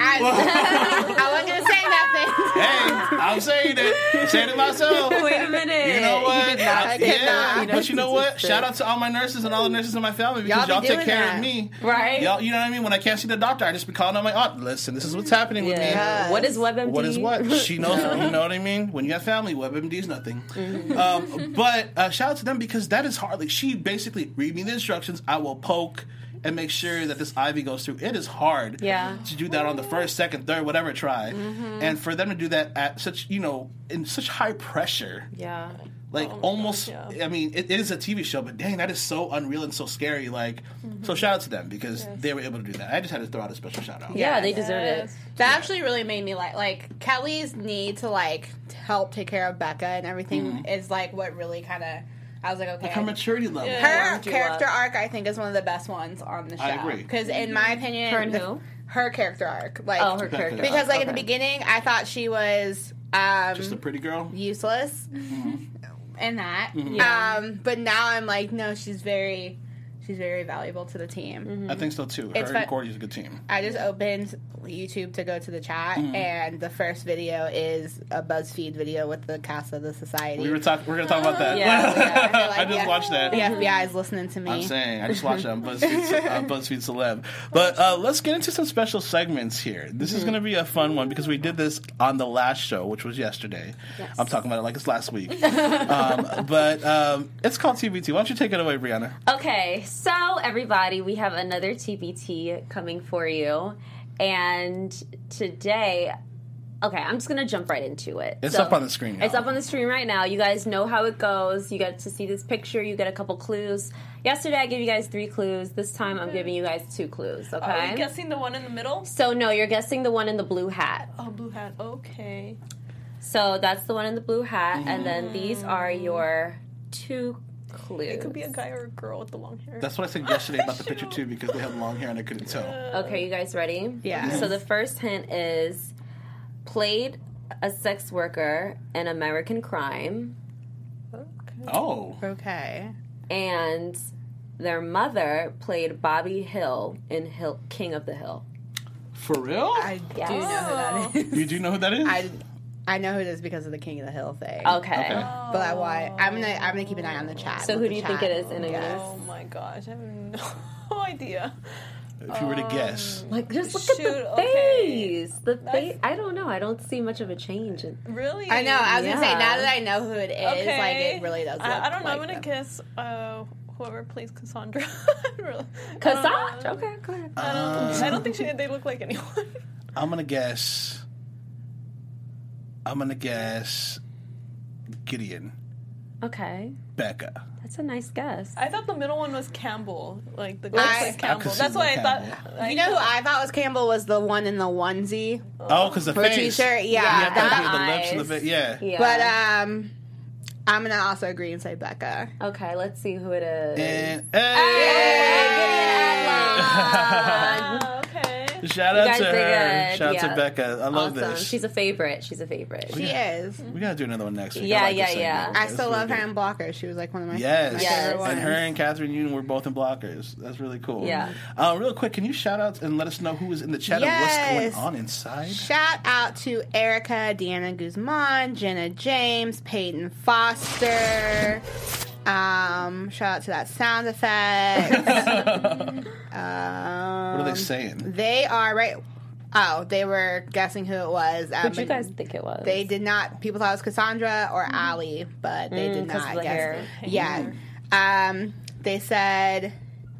Speaker 5: I wasn't gonna say nothing.
Speaker 1: hey, I'm saying it. I'm saying it myself.
Speaker 4: Wait a
Speaker 3: (laughs)
Speaker 4: minute.
Speaker 1: You know what? I-
Speaker 5: could
Speaker 1: yeah,
Speaker 5: not.
Speaker 1: but you know what? Shout out to all my nurses and all the nurses in my family because
Speaker 5: Y'all
Speaker 1: y'all,
Speaker 5: be
Speaker 1: take
Speaker 5: doing
Speaker 1: care
Speaker 5: that.
Speaker 1: of me. (laughs)
Speaker 4: Right.
Speaker 1: Y'all, you know what I mean? When I can't see the doctor, I just be calling on my aunt. Listen, this is what's happening with me.
Speaker 4: Yeah. What is WebMD?
Speaker 1: What is what? She knows. You know what I mean? When you have family, WebMD is nothing.
Speaker 4: Mm-hmm.
Speaker 1: Um, but uh, shout out to them because that is hard. Like she basically read me the instructions. I will poke and make sure that this ivy goes through. It is hard.
Speaker 4: Yeah. Mm-hmm.
Speaker 1: To do that on the first, second, third, whatever try, and for them to do that at such you know in such high pressure.
Speaker 4: Yeah. Oh
Speaker 1: Like almost, I mean, it, it is a TV show, but dang, that is so unreal and so scary. Like,
Speaker 4: Mm-hmm.
Speaker 1: so shout out to them because they were able to do that. I just had to throw out a special shout out.
Speaker 4: Yeah, they deserve
Speaker 5: (laughs)
Speaker 3: Yes.
Speaker 4: it.
Speaker 5: That actually really made me like like Kelly's need to like help take care of Becca and everything is like what really kind of I was like okay.
Speaker 1: Her maturity level.
Speaker 5: her
Speaker 4: you
Speaker 5: character
Speaker 4: up.
Speaker 5: arc I think is one of the best ones on the show.
Speaker 1: I agree.
Speaker 5: Because in my opinion,
Speaker 4: Her and
Speaker 5: the-
Speaker 4: who?
Speaker 5: her character arc like
Speaker 4: Oh, her character.
Speaker 5: because like at the
Speaker 4: Okay.
Speaker 5: beginning I thought she was um
Speaker 1: Just a pretty girl.
Speaker 5: useless in that.
Speaker 4: Yeah.
Speaker 5: Um, but now I'm like no, she's very. She's very valuable to the team.
Speaker 4: Mm-hmm.
Speaker 1: I think so too. Her
Speaker 5: It's
Speaker 1: and
Speaker 5: fu-
Speaker 1: Cordy's a good team.
Speaker 5: I just opened YouTube to go to the chat,
Speaker 4: Mm-hmm.
Speaker 5: and the first video is a BuzzFeed video with the cast of the society.
Speaker 1: We were talk- We're gonna talk about that.
Speaker 4: Yeah,
Speaker 5: yeah.
Speaker 1: (laughs) I just
Speaker 5: Yeah.
Speaker 1: watched that.
Speaker 5: the FBI is listening to me.
Speaker 1: I'm saying I just watched it on BuzzFeed, ce- uh, BuzzFeed Celeb. But uh, let's get into some special segments here. This is going to be a fun one because we did this on the last show, which was yesterday. I'm talking about it like it's last week. um, but um, it's called TBT. Why don't you take it away, Brianna?
Speaker 4: Okay, so everybody, we have another TBT coming for you. And today, okay, I'm just gonna jump right into it.
Speaker 1: It's up on the screen now.
Speaker 4: It's up on the screen right now. You guys know how it goes. You get to see this picture, you get a couple clues. Yesterday, I gave you guys three clues. This time, I'm giving you guys two clues, okay?
Speaker 3: Are you guessing the one in the middle?
Speaker 4: so, no, you're guessing the one in the blue hat.
Speaker 3: Oh, blue hat. Okay.
Speaker 4: So, that's the one in the blue hat. And then these are your two clues.
Speaker 3: Mm. It could be a guy or a girl with the long hair.
Speaker 1: That's what I said yesterday about the picture too, because they had long hair and I couldn't tell.
Speaker 4: Okay, you guys ready?
Speaker 5: Yeah.
Speaker 4: So the first hint is played a sex worker in American Crime,
Speaker 1: Oh,
Speaker 5: Okay.
Speaker 4: and their mother played Bobby Hill in Hill, King of the Hill.
Speaker 1: for real?
Speaker 5: I
Speaker 4: Yes.
Speaker 5: do know who that is.
Speaker 1: you do know who that is?
Speaker 5: I, I know who it is because of the King of the Hill thing.
Speaker 4: Okay.
Speaker 1: Okay.
Speaker 5: But I why I'm gonna I'm gonna keep an eye on the chat.
Speaker 4: Oh. So who
Speaker 5: with the
Speaker 4: do you think
Speaker 5: chat.
Speaker 4: it is in English?
Speaker 3: Oh my gosh, I have no (laughs) idea.
Speaker 1: if you were to guess,
Speaker 4: Like just look at
Speaker 3: Shoot,
Speaker 4: the
Speaker 3: okay.
Speaker 4: face. The face. I don't know. I don't see much of a change. In-
Speaker 3: Really?
Speaker 5: I know. I was gonna say
Speaker 4: Yeah.
Speaker 5: now that I know who it is, like it really does. Look
Speaker 3: I, I don't know.
Speaker 5: Like
Speaker 3: I'm gonna
Speaker 5: them.
Speaker 3: guess uh, whoever plays Cassandra. (laughs) Really- I don't
Speaker 4: Cassandra.
Speaker 3: know.
Speaker 4: Okay. Go ahead.
Speaker 3: I don't, I don't think she, they look like anyone. (laughs)
Speaker 1: I'm gonna guess. I'm gonna guess Gideon,
Speaker 4: okay.
Speaker 1: Becca.
Speaker 4: That's a nice guess.
Speaker 3: I thought the middle one was Campbell, like the guy
Speaker 5: I-
Speaker 3: plays Campbell.
Speaker 1: I
Speaker 3: That's
Speaker 1: could
Speaker 3: why I
Speaker 1: see
Speaker 3: thought. I
Speaker 5: You know who I thought was Campbell was the one in the onesie
Speaker 1: Oh, because the
Speaker 5: for
Speaker 1: face.
Speaker 5: t-shirt.
Speaker 1: Yeah,
Speaker 5: Yeah, that-
Speaker 1: I thought you had the lips and the
Speaker 4: eyes.
Speaker 1: face. Yeah.
Speaker 5: But um, I'm gonna also agree and say Becca.
Speaker 4: okay. Let's see who it is.
Speaker 1: And,
Speaker 5: (laughs)
Speaker 3: Ah, okay.
Speaker 1: (laughs) Shout out
Speaker 4: guys
Speaker 1: to
Speaker 4: did
Speaker 1: her.
Speaker 4: good.
Speaker 1: Shout out to
Speaker 4: Yeah.
Speaker 1: Becca. I love
Speaker 4: Awesome.
Speaker 1: this.
Speaker 4: She's a favorite. She's a favorite.
Speaker 5: She is.
Speaker 3: Mm-hmm.
Speaker 1: we gotta do another one next week. I
Speaker 4: Yeah,
Speaker 1: like this
Speaker 4: yeah,
Speaker 1: segment.
Speaker 4: yeah.
Speaker 5: I
Speaker 1: It's
Speaker 5: still
Speaker 1: really
Speaker 5: love her
Speaker 1: good.
Speaker 5: in Blocker. She was like one of my
Speaker 1: Yes.
Speaker 5: my favorite
Speaker 4: Yes.
Speaker 1: And
Speaker 5: ones.
Speaker 1: her and Catherine Union were both in blockers. That's really cool.
Speaker 4: Yeah.
Speaker 1: Uh, real quick, can you shout out and let us know who is in the chat and
Speaker 5: Yes.
Speaker 1: what's going on inside?
Speaker 5: Shout out to Erica, Deanna Guzman, Jenna James, Peyton Foster. Um, shout out to that
Speaker 1: (laughs)
Speaker 5: sound effect.
Speaker 1: what are they saying?
Speaker 5: they are right. Oh, they were guessing who it was. Um,
Speaker 4: What you guys think it was?
Speaker 5: They did not. People thought it was Cassandra or Ali, but they did
Speaker 4: Mm, 'cause of
Speaker 5: not
Speaker 4: the
Speaker 5: guess.
Speaker 4: hair. Mm-hmm.
Speaker 5: Yeah. Um, they said.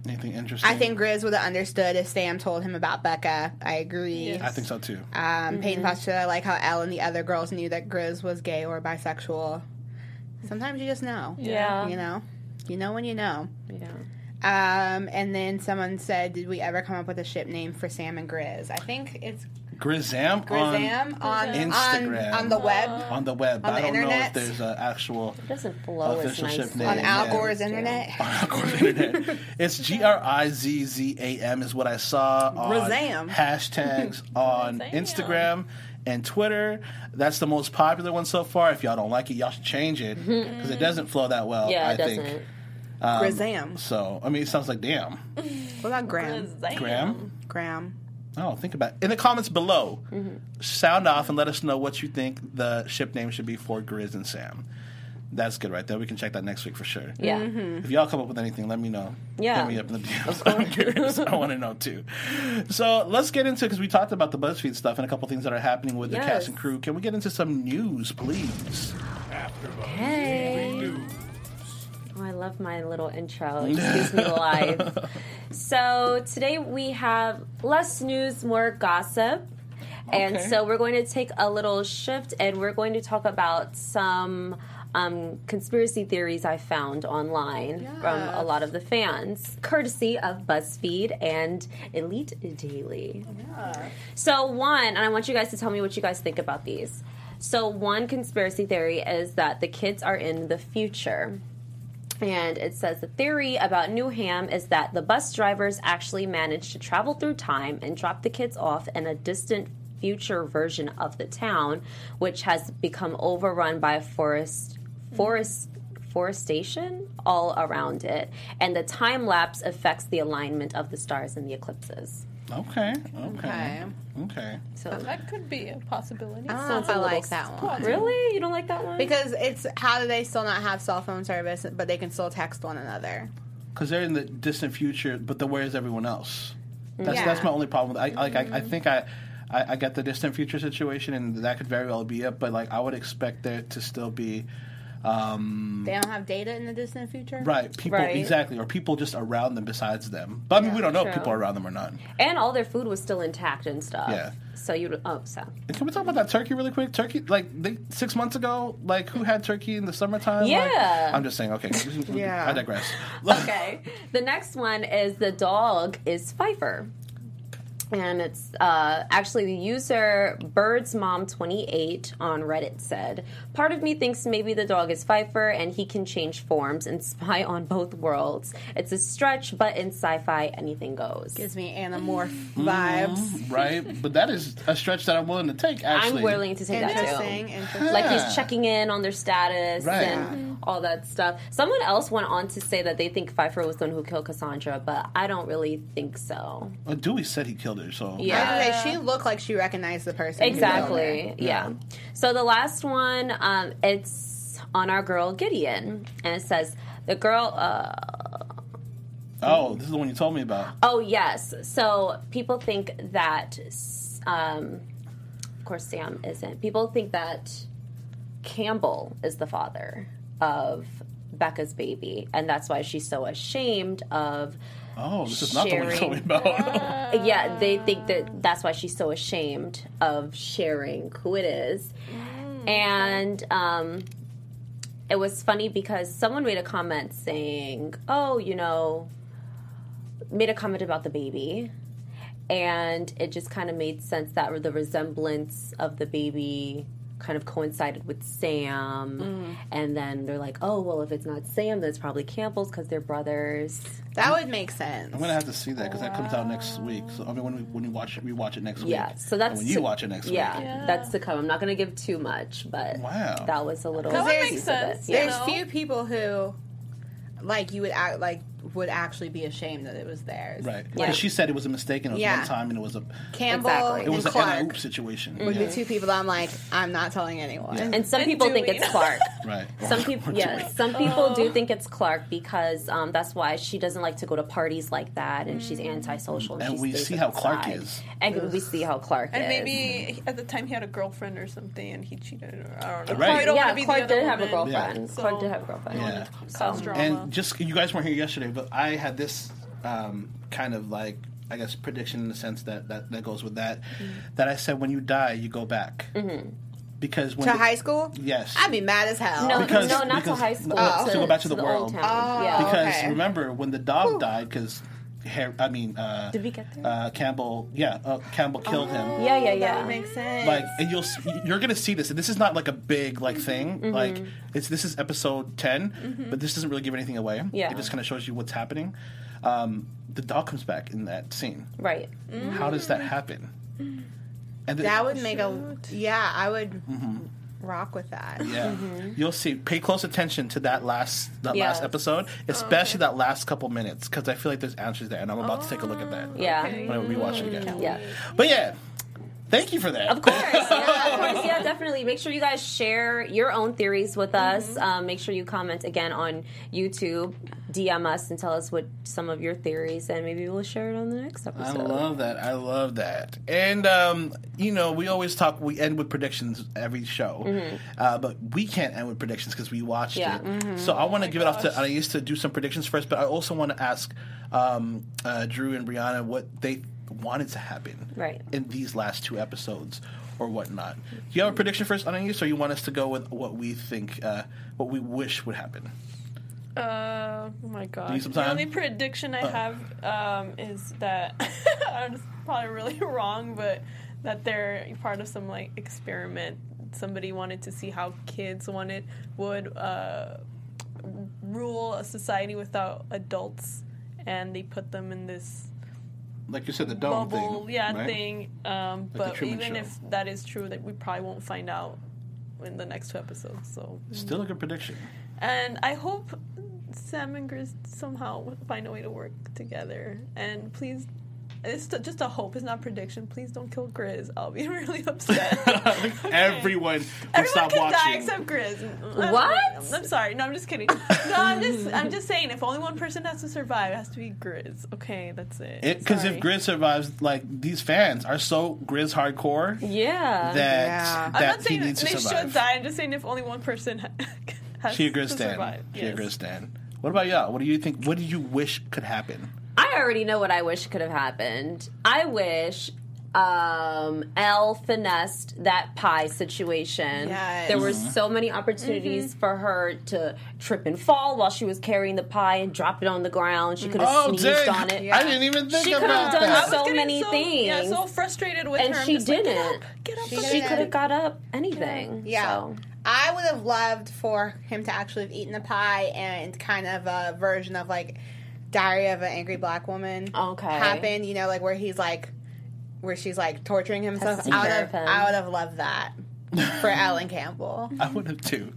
Speaker 1: Anything interesting?
Speaker 5: I think Grizz would have understood if Sam told him about Becca. I agree.
Speaker 1: I think so too.
Speaker 5: Um, Peyton
Speaker 1: Mm-hmm.
Speaker 5: Foster, I like how Elle and the other girls knew that Grizz was gay or bisexual. Sometimes you just know.
Speaker 4: Yeah.
Speaker 5: You know? You know when you know.
Speaker 4: Yeah.
Speaker 5: Um, and then someone said, Did we ever come up with a ship name for Sam and Grizz? I think it's
Speaker 1: Grizzam,
Speaker 5: Grizzam on, on,
Speaker 1: Instagram.
Speaker 5: on the web.
Speaker 1: on on the web.
Speaker 5: on
Speaker 1: I
Speaker 5: the
Speaker 1: don't know if
Speaker 5: internet.
Speaker 1: there's an actual (laughs)
Speaker 4: It doesn't flow as
Speaker 1: Official ship
Speaker 4: nicely.
Speaker 1: name,
Speaker 5: On Al
Speaker 1: yeah.
Speaker 5: Gore's internet.
Speaker 1: Of course, internet. It's G R I Z Z A M is what I saw on
Speaker 5: Razam.
Speaker 1: hashtags on
Speaker 3: Razam.
Speaker 1: Instagram and Twitter. That's the most popular one so far. If y'all don't like it, y'all should change it because it doesn't flow that well.
Speaker 4: Yeah,
Speaker 1: I
Speaker 4: it doesn't.
Speaker 1: think
Speaker 5: Grizzam.
Speaker 1: so. I mean, it sounds like damn
Speaker 5: What about Graham?
Speaker 3: Zam.
Speaker 1: Graham.
Speaker 5: Graham.
Speaker 1: Oh, think about it. in the comments below. Sound off and let us know what you think the ship name should be for Grizz and Sam. That's good right there. We can check that next week for sure.
Speaker 4: Yeah.
Speaker 1: If y'all come up with anything, let me know.
Speaker 4: Mm. Yeah.
Speaker 1: Hit me up in the DMs. (laughs) I'm curious. I want to know too. So let's get into because we talked about the BuzzFeed stuff and a couple things that are happening with the
Speaker 4: Yes.
Speaker 1: cast and crew. Can we get into some news, please?
Speaker 4: Hey. Oh, I love my little intro. Excuse me, live. So today we have less news, more gossip. And
Speaker 1: Okay.
Speaker 4: so we're going to take a little shift and we're going to talk about some um, conspiracy theories I found online from a lot of the fans, courtesy of BuzzFeed and Elite Daily. So, one, and I want you guys to tell me what you guys think about these. So, one conspiracy theory is that the kids are in the future. And it says the theory about Newham is that the bus drivers actually managed to travel through time and drop the kids off in a distant future version of the town, which has become overrun by forest forest forestation all around it, and the time lapse affects the alignment of the stars and the eclipses.
Speaker 1: Okay. Okay. Okay.
Speaker 4: So,
Speaker 3: That could be a possibility.
Speaker 5: I don't know if Ah, I like that one.
Speaker 4: really, you don't like that one?
Speaker 5: Because it's how do they still not have cell phone service, but they can still text one another?
Speaker 1: Because they're in the distant future, but then where is everyone else? That's
Speaker 5: Yeah.
Speaker 1: that's my only problem. I like I, I
Speaker 4: Mm-hmm.
Speaker 1: think I, I I get the distant future situation, and that could very well be it. But like I would expect there to still be. Um,
Speaker 5: They don't have data in the distant future.
Speaker 1: Right, people
Speaker 4: Right.
Speaker 1: exactly, or people just around them besides them. But I mean, we don't know if
Speaker 4: true.
Speaker 1: people are around them or not.
Speaker 4: and all their food was still intact and stuff.
Speaker 1: Yeah.
Speaker 4: So you oh so
Speaker 1: And can we talk about that turkey really quick? Turkey, like they, six months ago, like who had turkey in the summertime? Like,
Speaker 4: Yeah.
Speaker 1: I'm just saying. Okay,
Speaker 5: Yeah.
Speaker 1: I digress.
Speaker 4: okay. The next one is the dog is Pfeiffer. And it's uh, actually the user BirdsMom28 on Reddit said, Part of me thinks maybe the dog is Pfeiffer and he can change forms and spy on both worlds. It's a stretch, but in sci fi, anything goes.
Speaker 5: Gives me anamorph
Speaker 4: Mm-hmm.
Speaker 5: vibes.
Speaker 1: right, but that is a stretch that I'm willing to take. Actually,
Speaker 4: I'm willing to take that too.
Speaker 5: Interesting. Interesting.
Speaker 4: like
Speaker 1: Yeah.
Speaker 4: he's checking in on their status
Speaker 1: Right.
Speaker 4: and all that stuff. Someone else went on to say that they think Pfeiffer was the one who killed Cassandra, but I don't really think so.
Speaker 1: Uh, Dewey said he killed her, so
Speaker 4: Yeah.
Speaker 5: I was gonna say, she looked like she recognized the person. who killed her.
Speaker 4: Exactly. Yeah. So the last one, um, it's on our girl Gideon, and it says the girl. Uh,
Speaker 1: Oh, this is the one you told me about.
Speaker 4: oh yes. So people think that, s- um, of course, Sam isn't. People think that Campbell is the father of Becca's baby, and that's why she's so ashamed of.
Speaker 1: Oh, this is not the one you told me
Speaker 4: Sharing.
Speaker 1: about.
Speaker 4: Yeah, they think that that's why she's so ashamed of sharing who it is. And um, it was funny because someone made a comment saying, oh, you know, made a comment about the baby. And it just kind of made sense that the resemblance of the baby kind of coincided with Sam. And then they're like, oh, well, if it's not Sam, then it's probably Campbell's because they're brothers.
Speaker 5: That would make
Speaker 1: (laughs)
Speaker 5: sense.
Speaker 1: I'm gonna have to see that because that comes out next week. So I mean, when we when we watch it, we watch it next week.
Speaker 4: Yeah, so that's
Speaker 1: And when you watch it next
Speaker 4: yeah,
Speaker 1: week.
Speaker 4: that's to come. I'm not going to give too much, but
Speaker 1: Wow.
Speaker 4: that was a little.
Speaker 3: That would
Speaker 5: There's-
Speaker 3: make sense.
Speaker 4: yeah.
Speaker 3: you
Speaker 5: There's
Speaker 3: know?
Speaker 5: few people who, like, you would act like would actually be ashamed that it was theirs.
Speaker 1: Right, because
Speaker 4: Yeah.
Speaker 1: she said it was a mistake, and it was
Speaker 5: Yeah.
Speaker 1: one time, and it was a
Speaker 5: Campbell
Speaker 4: Exactly. It
Speaker 1: it was
Speaker 5: and
Speaker 1: an Anna
Speaker 5: Clark
Speaker 1: Oop situation.
Speaker 4: Mm-hmm.
Speaker 5: would
Speaker 1: Yeah.
Speaker 5: be two people that I'm like, I'm not telling anyone.
Speaker 4: And some people think
Speaker 3: Dewey.
Speaker 4: it's
Speaker 3: (laughs)
Speaker 4: Clark.
Speaker 1: Right.
Speaker 4: Some
Speaker 1: (laughs)
Speaker 4: people, yeah, some people do think it's Clark because um, that's why she doesn't like to go to parties like that, and she's
Speaker 3: Mm.
Speaker 4: antisocial.
Speaker 1: And
Speaker 4: she
Speaker 1: we
Speaker 4: stays
Speaker 1: see how Clark
Speaker 4: outside.
Speaker 1: is.
Speaker 4: and we see how Clark
Speaker 3: And
Speaker 4: is.
Speaker 3: maybe at the time he had a girlfriend or something, and he cheated. Or, I don't know.
Speaker 1: Right.
Speaker 3: Probably don't
Speaker 4: yeah,
Speaker 3: wanna be the
Speaker 4: Clark
Speaker 3: other
Speaker 4: did have a
Speaker 3: woman.
Speaker 4: girlfriend.
Speaker 3: So-
Speaker 4: Clark did have a girlfriend.
Speaker 1: Yeah.
Speaker 3: Cause drama.
Speaker 1: And just you guys weren't here yesterday, but I had this um, kind of like I guess prediction in the sense that that, that goes with that.
Speaker 4: Mm-hmm.
Speaker 1: That I said when you die, you go back because when
Speaker 5: To
Speaker 1: the-
Speaker 5: high school?
Speaker 1: Yes.
Speaker 5: I'd be mad as hell.
Speaker 4: No,
Speaker 1: Because-
Speaker 4: no, not to
Speaker 1: because-
Speaker 4: high school.
Speaker 1: Oh. To go back to the
Speaker 4: old
Speaker 1: world.
Speaker 4: town.
Speaker 3: Ah.
Speaker 4: yeah.
Speaker 1: because
Speaker 5: okay.
Speaker 1: remember when the dog died because I mean uh,
Speaker 4: Did we Oh, get
Speaker 3: Oh,
Speaker 4: there?
Speaker 1: uh, Campbell yeah uh, Campbell killed him
Speaker 4: yeah, yeah,
Speaker 5: That
Speaker 4: yeah.
Speaker 5: would make sense.
Speaker 1: like and you'll s- you're gonna see this and this is not like a big like thing
Speaker 4: Mm-hmm.
Speaker 1: like it's this is episode 10 but this doesn't really give anything away
Speaker 4: Yeah.
Speaker 1: it just kind of shows you what's happening um, the dog comes back in that scene
Speaker 4: Right.
Speaker 1: how does
Speaker 4: Mm.
Speaker 1: that happen and the-
Speaker 5: that would make a yeah. I would rock with that.
Speaker 1: Mm-hmm. yeah
Speaker 4: Mm-hmm.
Speaker 1: you'll see pay close attention to that last that
Speaker 4: Yeah.
Speaker 1: last
Speaker 4: Oh,
Speaker 1: episode especially that last couple minutes because i feel like there's answers there and i'm about to take a look at that
Speaker 4: Yeah.
Speaker 1: when i rewatch it again
Speaker 4: Yeah.
Speaker 1: But yeah, thank you for that.
Speaker 4: Of course, yeah, of course, yeah, definitely. Make sure you guys share your own theories with us. Um, make sure you comment again on YouTube, DM us, and tell us what some of your theories, and maybe we'll share it on the next
Speaker 1: I
Speaker 4: episode.
Speaker 1: love that. I love that. And um, you know, we always talk. We end with predictions every show, uh, but we can't end with predictions because we watched
Speaker 4: Mm-hmm. Yeah. Mm-hmm. Oh
Speaker 1: it. So I want to give it off to Anais to do some predictions first, but I also want to ask um, uh, Drew and Brianna what they wanted to happen
Speaker 4: Right.
Speaker 1: in these last two episodes or whatnot. Do you have a prediction first, Anais, or you want us to go with what we think, uh, what we wish would happen?
Speaker 3: Uh, oh my god.
Speaker 1: need some
Speaker 3: The
Speaker 1: time?
Speaker 3: only prediction I
Speaker 1: Oh.
Speaker 3: have um, is that (laughs) I'm just probably really (laughs) wrong, but that they're part of some like experiment. Somebody wanted to see how kids wanted would uh, rule a society without adults, and they put them in this
Speaker 1: Like you said, the dome
Speaker 3: bubble,
Speaker 1: Oh, thing,
Speaker 3: yeah,
Speaker 1: right?
Speaker 3: thing. Um, but
Speaker 1: Truman
Speaker 3: even
Speaker 1: Show.
Speaker 3: if that is true, that we probably won't find out in the next two episodes. So
Speaker 1: Still a good prediction.
Speaker 3: And I hope Sam and Grizz somehow find a way to work together. And please, it's t- just a hope. It's not prediction. Please don't kill Grizz. I'll be (laughs) really upset.
Speaker 1: (laughs) I think (laughs) everyone would
Speaker 3: Everyone
Speaker 1: stop
Speaker 3: can die
Speaker 1: watching.
Speaker 3: except Grizz. I'm-
Speaker 4: What?
Speaker 3: I'm sorry. No, I'm just kidding. No, I'm just, I'm just saying. If only one person has to survive, it has to be Grizz. Okay, that's it.
Speaker 1: because if
Speaker 3: Sorry.
Speaker 1: Grizz survives, like these fans are so Grizz hardcore that
Speaker 4: Yeah.
Speaker 5: Yeah.
Speaker 1: that
Speaker 3: I'm not
Speaker 1: he
Speaker 3: saying
Speaker 1: needs
Speaker 3: they
Speaker 1: to
Speaker 3: should
Speaker 1: survive.
Speaker 3: die. I'm just saying if only one person (laughs) ha- has
Speaker 1: She a
Speaker 3: to
Speaker 1: Grizz
Speaker 3: survive.
Speaker 1: stan. She a
Speaker 3: Yes.
Speaker 1: Grizz stan. What about y'all? What do you think? What do you wish could happen?
Speaker 4: I already know what I wish could have happened. I wish um Elle finessed that pie situation.
Speaker 5: Yes.
Speaker 4: There were
Speaker 1: Mm-hmm.
Speaker 4: so many opportunities for her to trip and fall while she was carrying the pie and drop it on the ground. She could have
Speaker 1: Oh,
Speaker 4: sneezed
Speaker 1: dang!
Speaker 4: on it.
Speaker 1: I didn't even think
Speaker 4: She could've
Speaker 1: about
Speaker 4: done
Speaker 1: that.
Speaker 4: so
Speaker 3: I was getting
Speaker 4: many
Speaker 3: Yeah,
Speaker 4: things.
Speaker 3: so frustrated with
Speaker 4: And
Speaker 3: her. I'm
Speaker 4: she
Speaker 3: just like, get
Speaker 4: didn't.
Speaker 3: up, get up,
Speaker 5: She
Speaker 3: from
Speaker 4: She
Speaker 3: there.
Speaker 4: could have got up anything.
Speaker 5: Yeah.
Speaker 4: So.
Speaker 5: I would have loved for him to actually have eaten the pie and kind of a version of like Diary of an Angry Black Woman
Speaker 4: Okay.
Speaker 5: happened, you know, like where he's like where she's like torturing himself.
Speaker 4: Testing
Speaker 5: I would, have,
Speaker 4: therapist.
Speaker 5: I would have loved that for Ellen Campbell.
Speaker 1: I would have
Speaker 3: (laughs)
Speaker 1: too.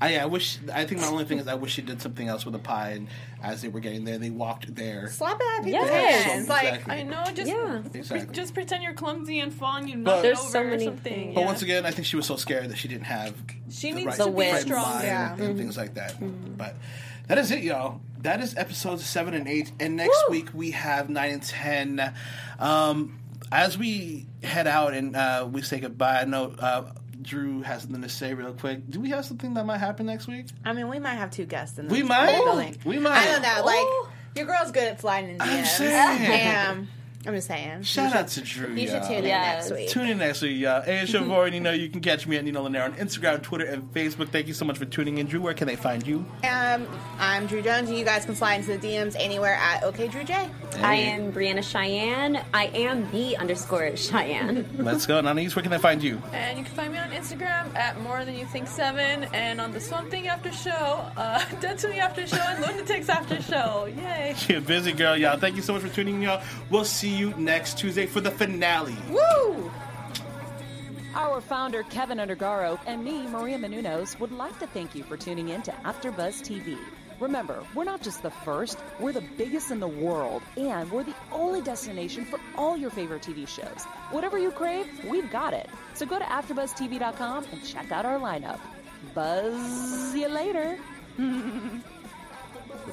Speaker 1: I, yeah, I wish. I think my only thing is I wish she did something else with the pie. And as they were getting there, they walked there.
Speaker 5: Slap it out of people's
Speaker 4: Yes.
Speaker 5: hands. Like
Speaker 1: Exactly.
Speaker 3: I know. Just
Speaker 4: Yeah.
Speaker 1: Exactly.
Speaker 3: just pretend you're clumsy and fall and you
Speaker 1: But-
Speaker 3: knock it
Speaker 1: There's
Speaker 3: over
Speaker 4: so
Speaker 3: or
Speaker 4: many
Speaker 3: something.
Speaker 4: things.
Speaker 1: But
Speaker 3: yeah.
Speaker 1: once again, I think she was so scared that she didn't have
Speaker 3: She needs to
Speaker 1: right
Speaker 3: be
Speaker 1: frame of
Speaker 3: strong.
Speaker 1: mind
Speaker 5: Yeah.
Speaker 1: and things like that. But that is it, y'all. That is episodes seven and eight. And next week we have nine and ten. Um, as we head out and uh, we say goodbye, I know uh, Drew has something to say real quick. Do we have something that might happen next week?
Speaker 5: I mean we might have two guests in the
Speaker 1: We might.
Speaker 5: building.
Speaker 1: We might.
Speaker 5: I don't know, like your girl's good at sliding in
Speaker 1: I'm
Speaker 5: DMs.
Speaker 1: saying.
Speaker 5: I am. I'm just saying.
Speaker 1: Shout out to Drew.
Speaker 5: You should
Speaker 1: y'all.
Speaker 5: tune in
Speaker 4: Yes.
Speaker 5: next week.
Speaker 1: Tune in next week, y'all. Hey, it's your boy, Nino. You can catch me at Nino Linair on Instagram, Twitter, and Facebook. Thank you so much for tuning in. Drew, where can they find you?
Speaker 5: Um, I'm Drew Jones, and you guys can slide into the DMs anywhere at OKDrewJ.
Speaker 4: I am Brianna Cheyenne. I am the underscore Cheyenne.
Speaker 1: Let's go. Nanise, where can they find you?
Speaker 3: And you can find me on Instagram at more than you think seven, and on the Swamp Thing After Show, uh, (laughs) Dead to the After Show, and Lunatics After Show. Yay!
Speaker 1: You're a busy girl, y'all. Thank you so much for tuning in, y'all. We'll see you next Tuesday for the finale.
Speaker 5: Woo!
Speaker 2: Our founder, Kevin Undergaro, and me, Maria Menounos, would like to thank you for tuning in to AfterBuzz TV. Remember, we're not just the first, we're the biggest in the world, and we're the only destination for all your favorite TV shows. Whatever you crave, we've got it. So go to AfterBuzzTV.com and check out our lineup. Buzz you later.
Speaker 7: The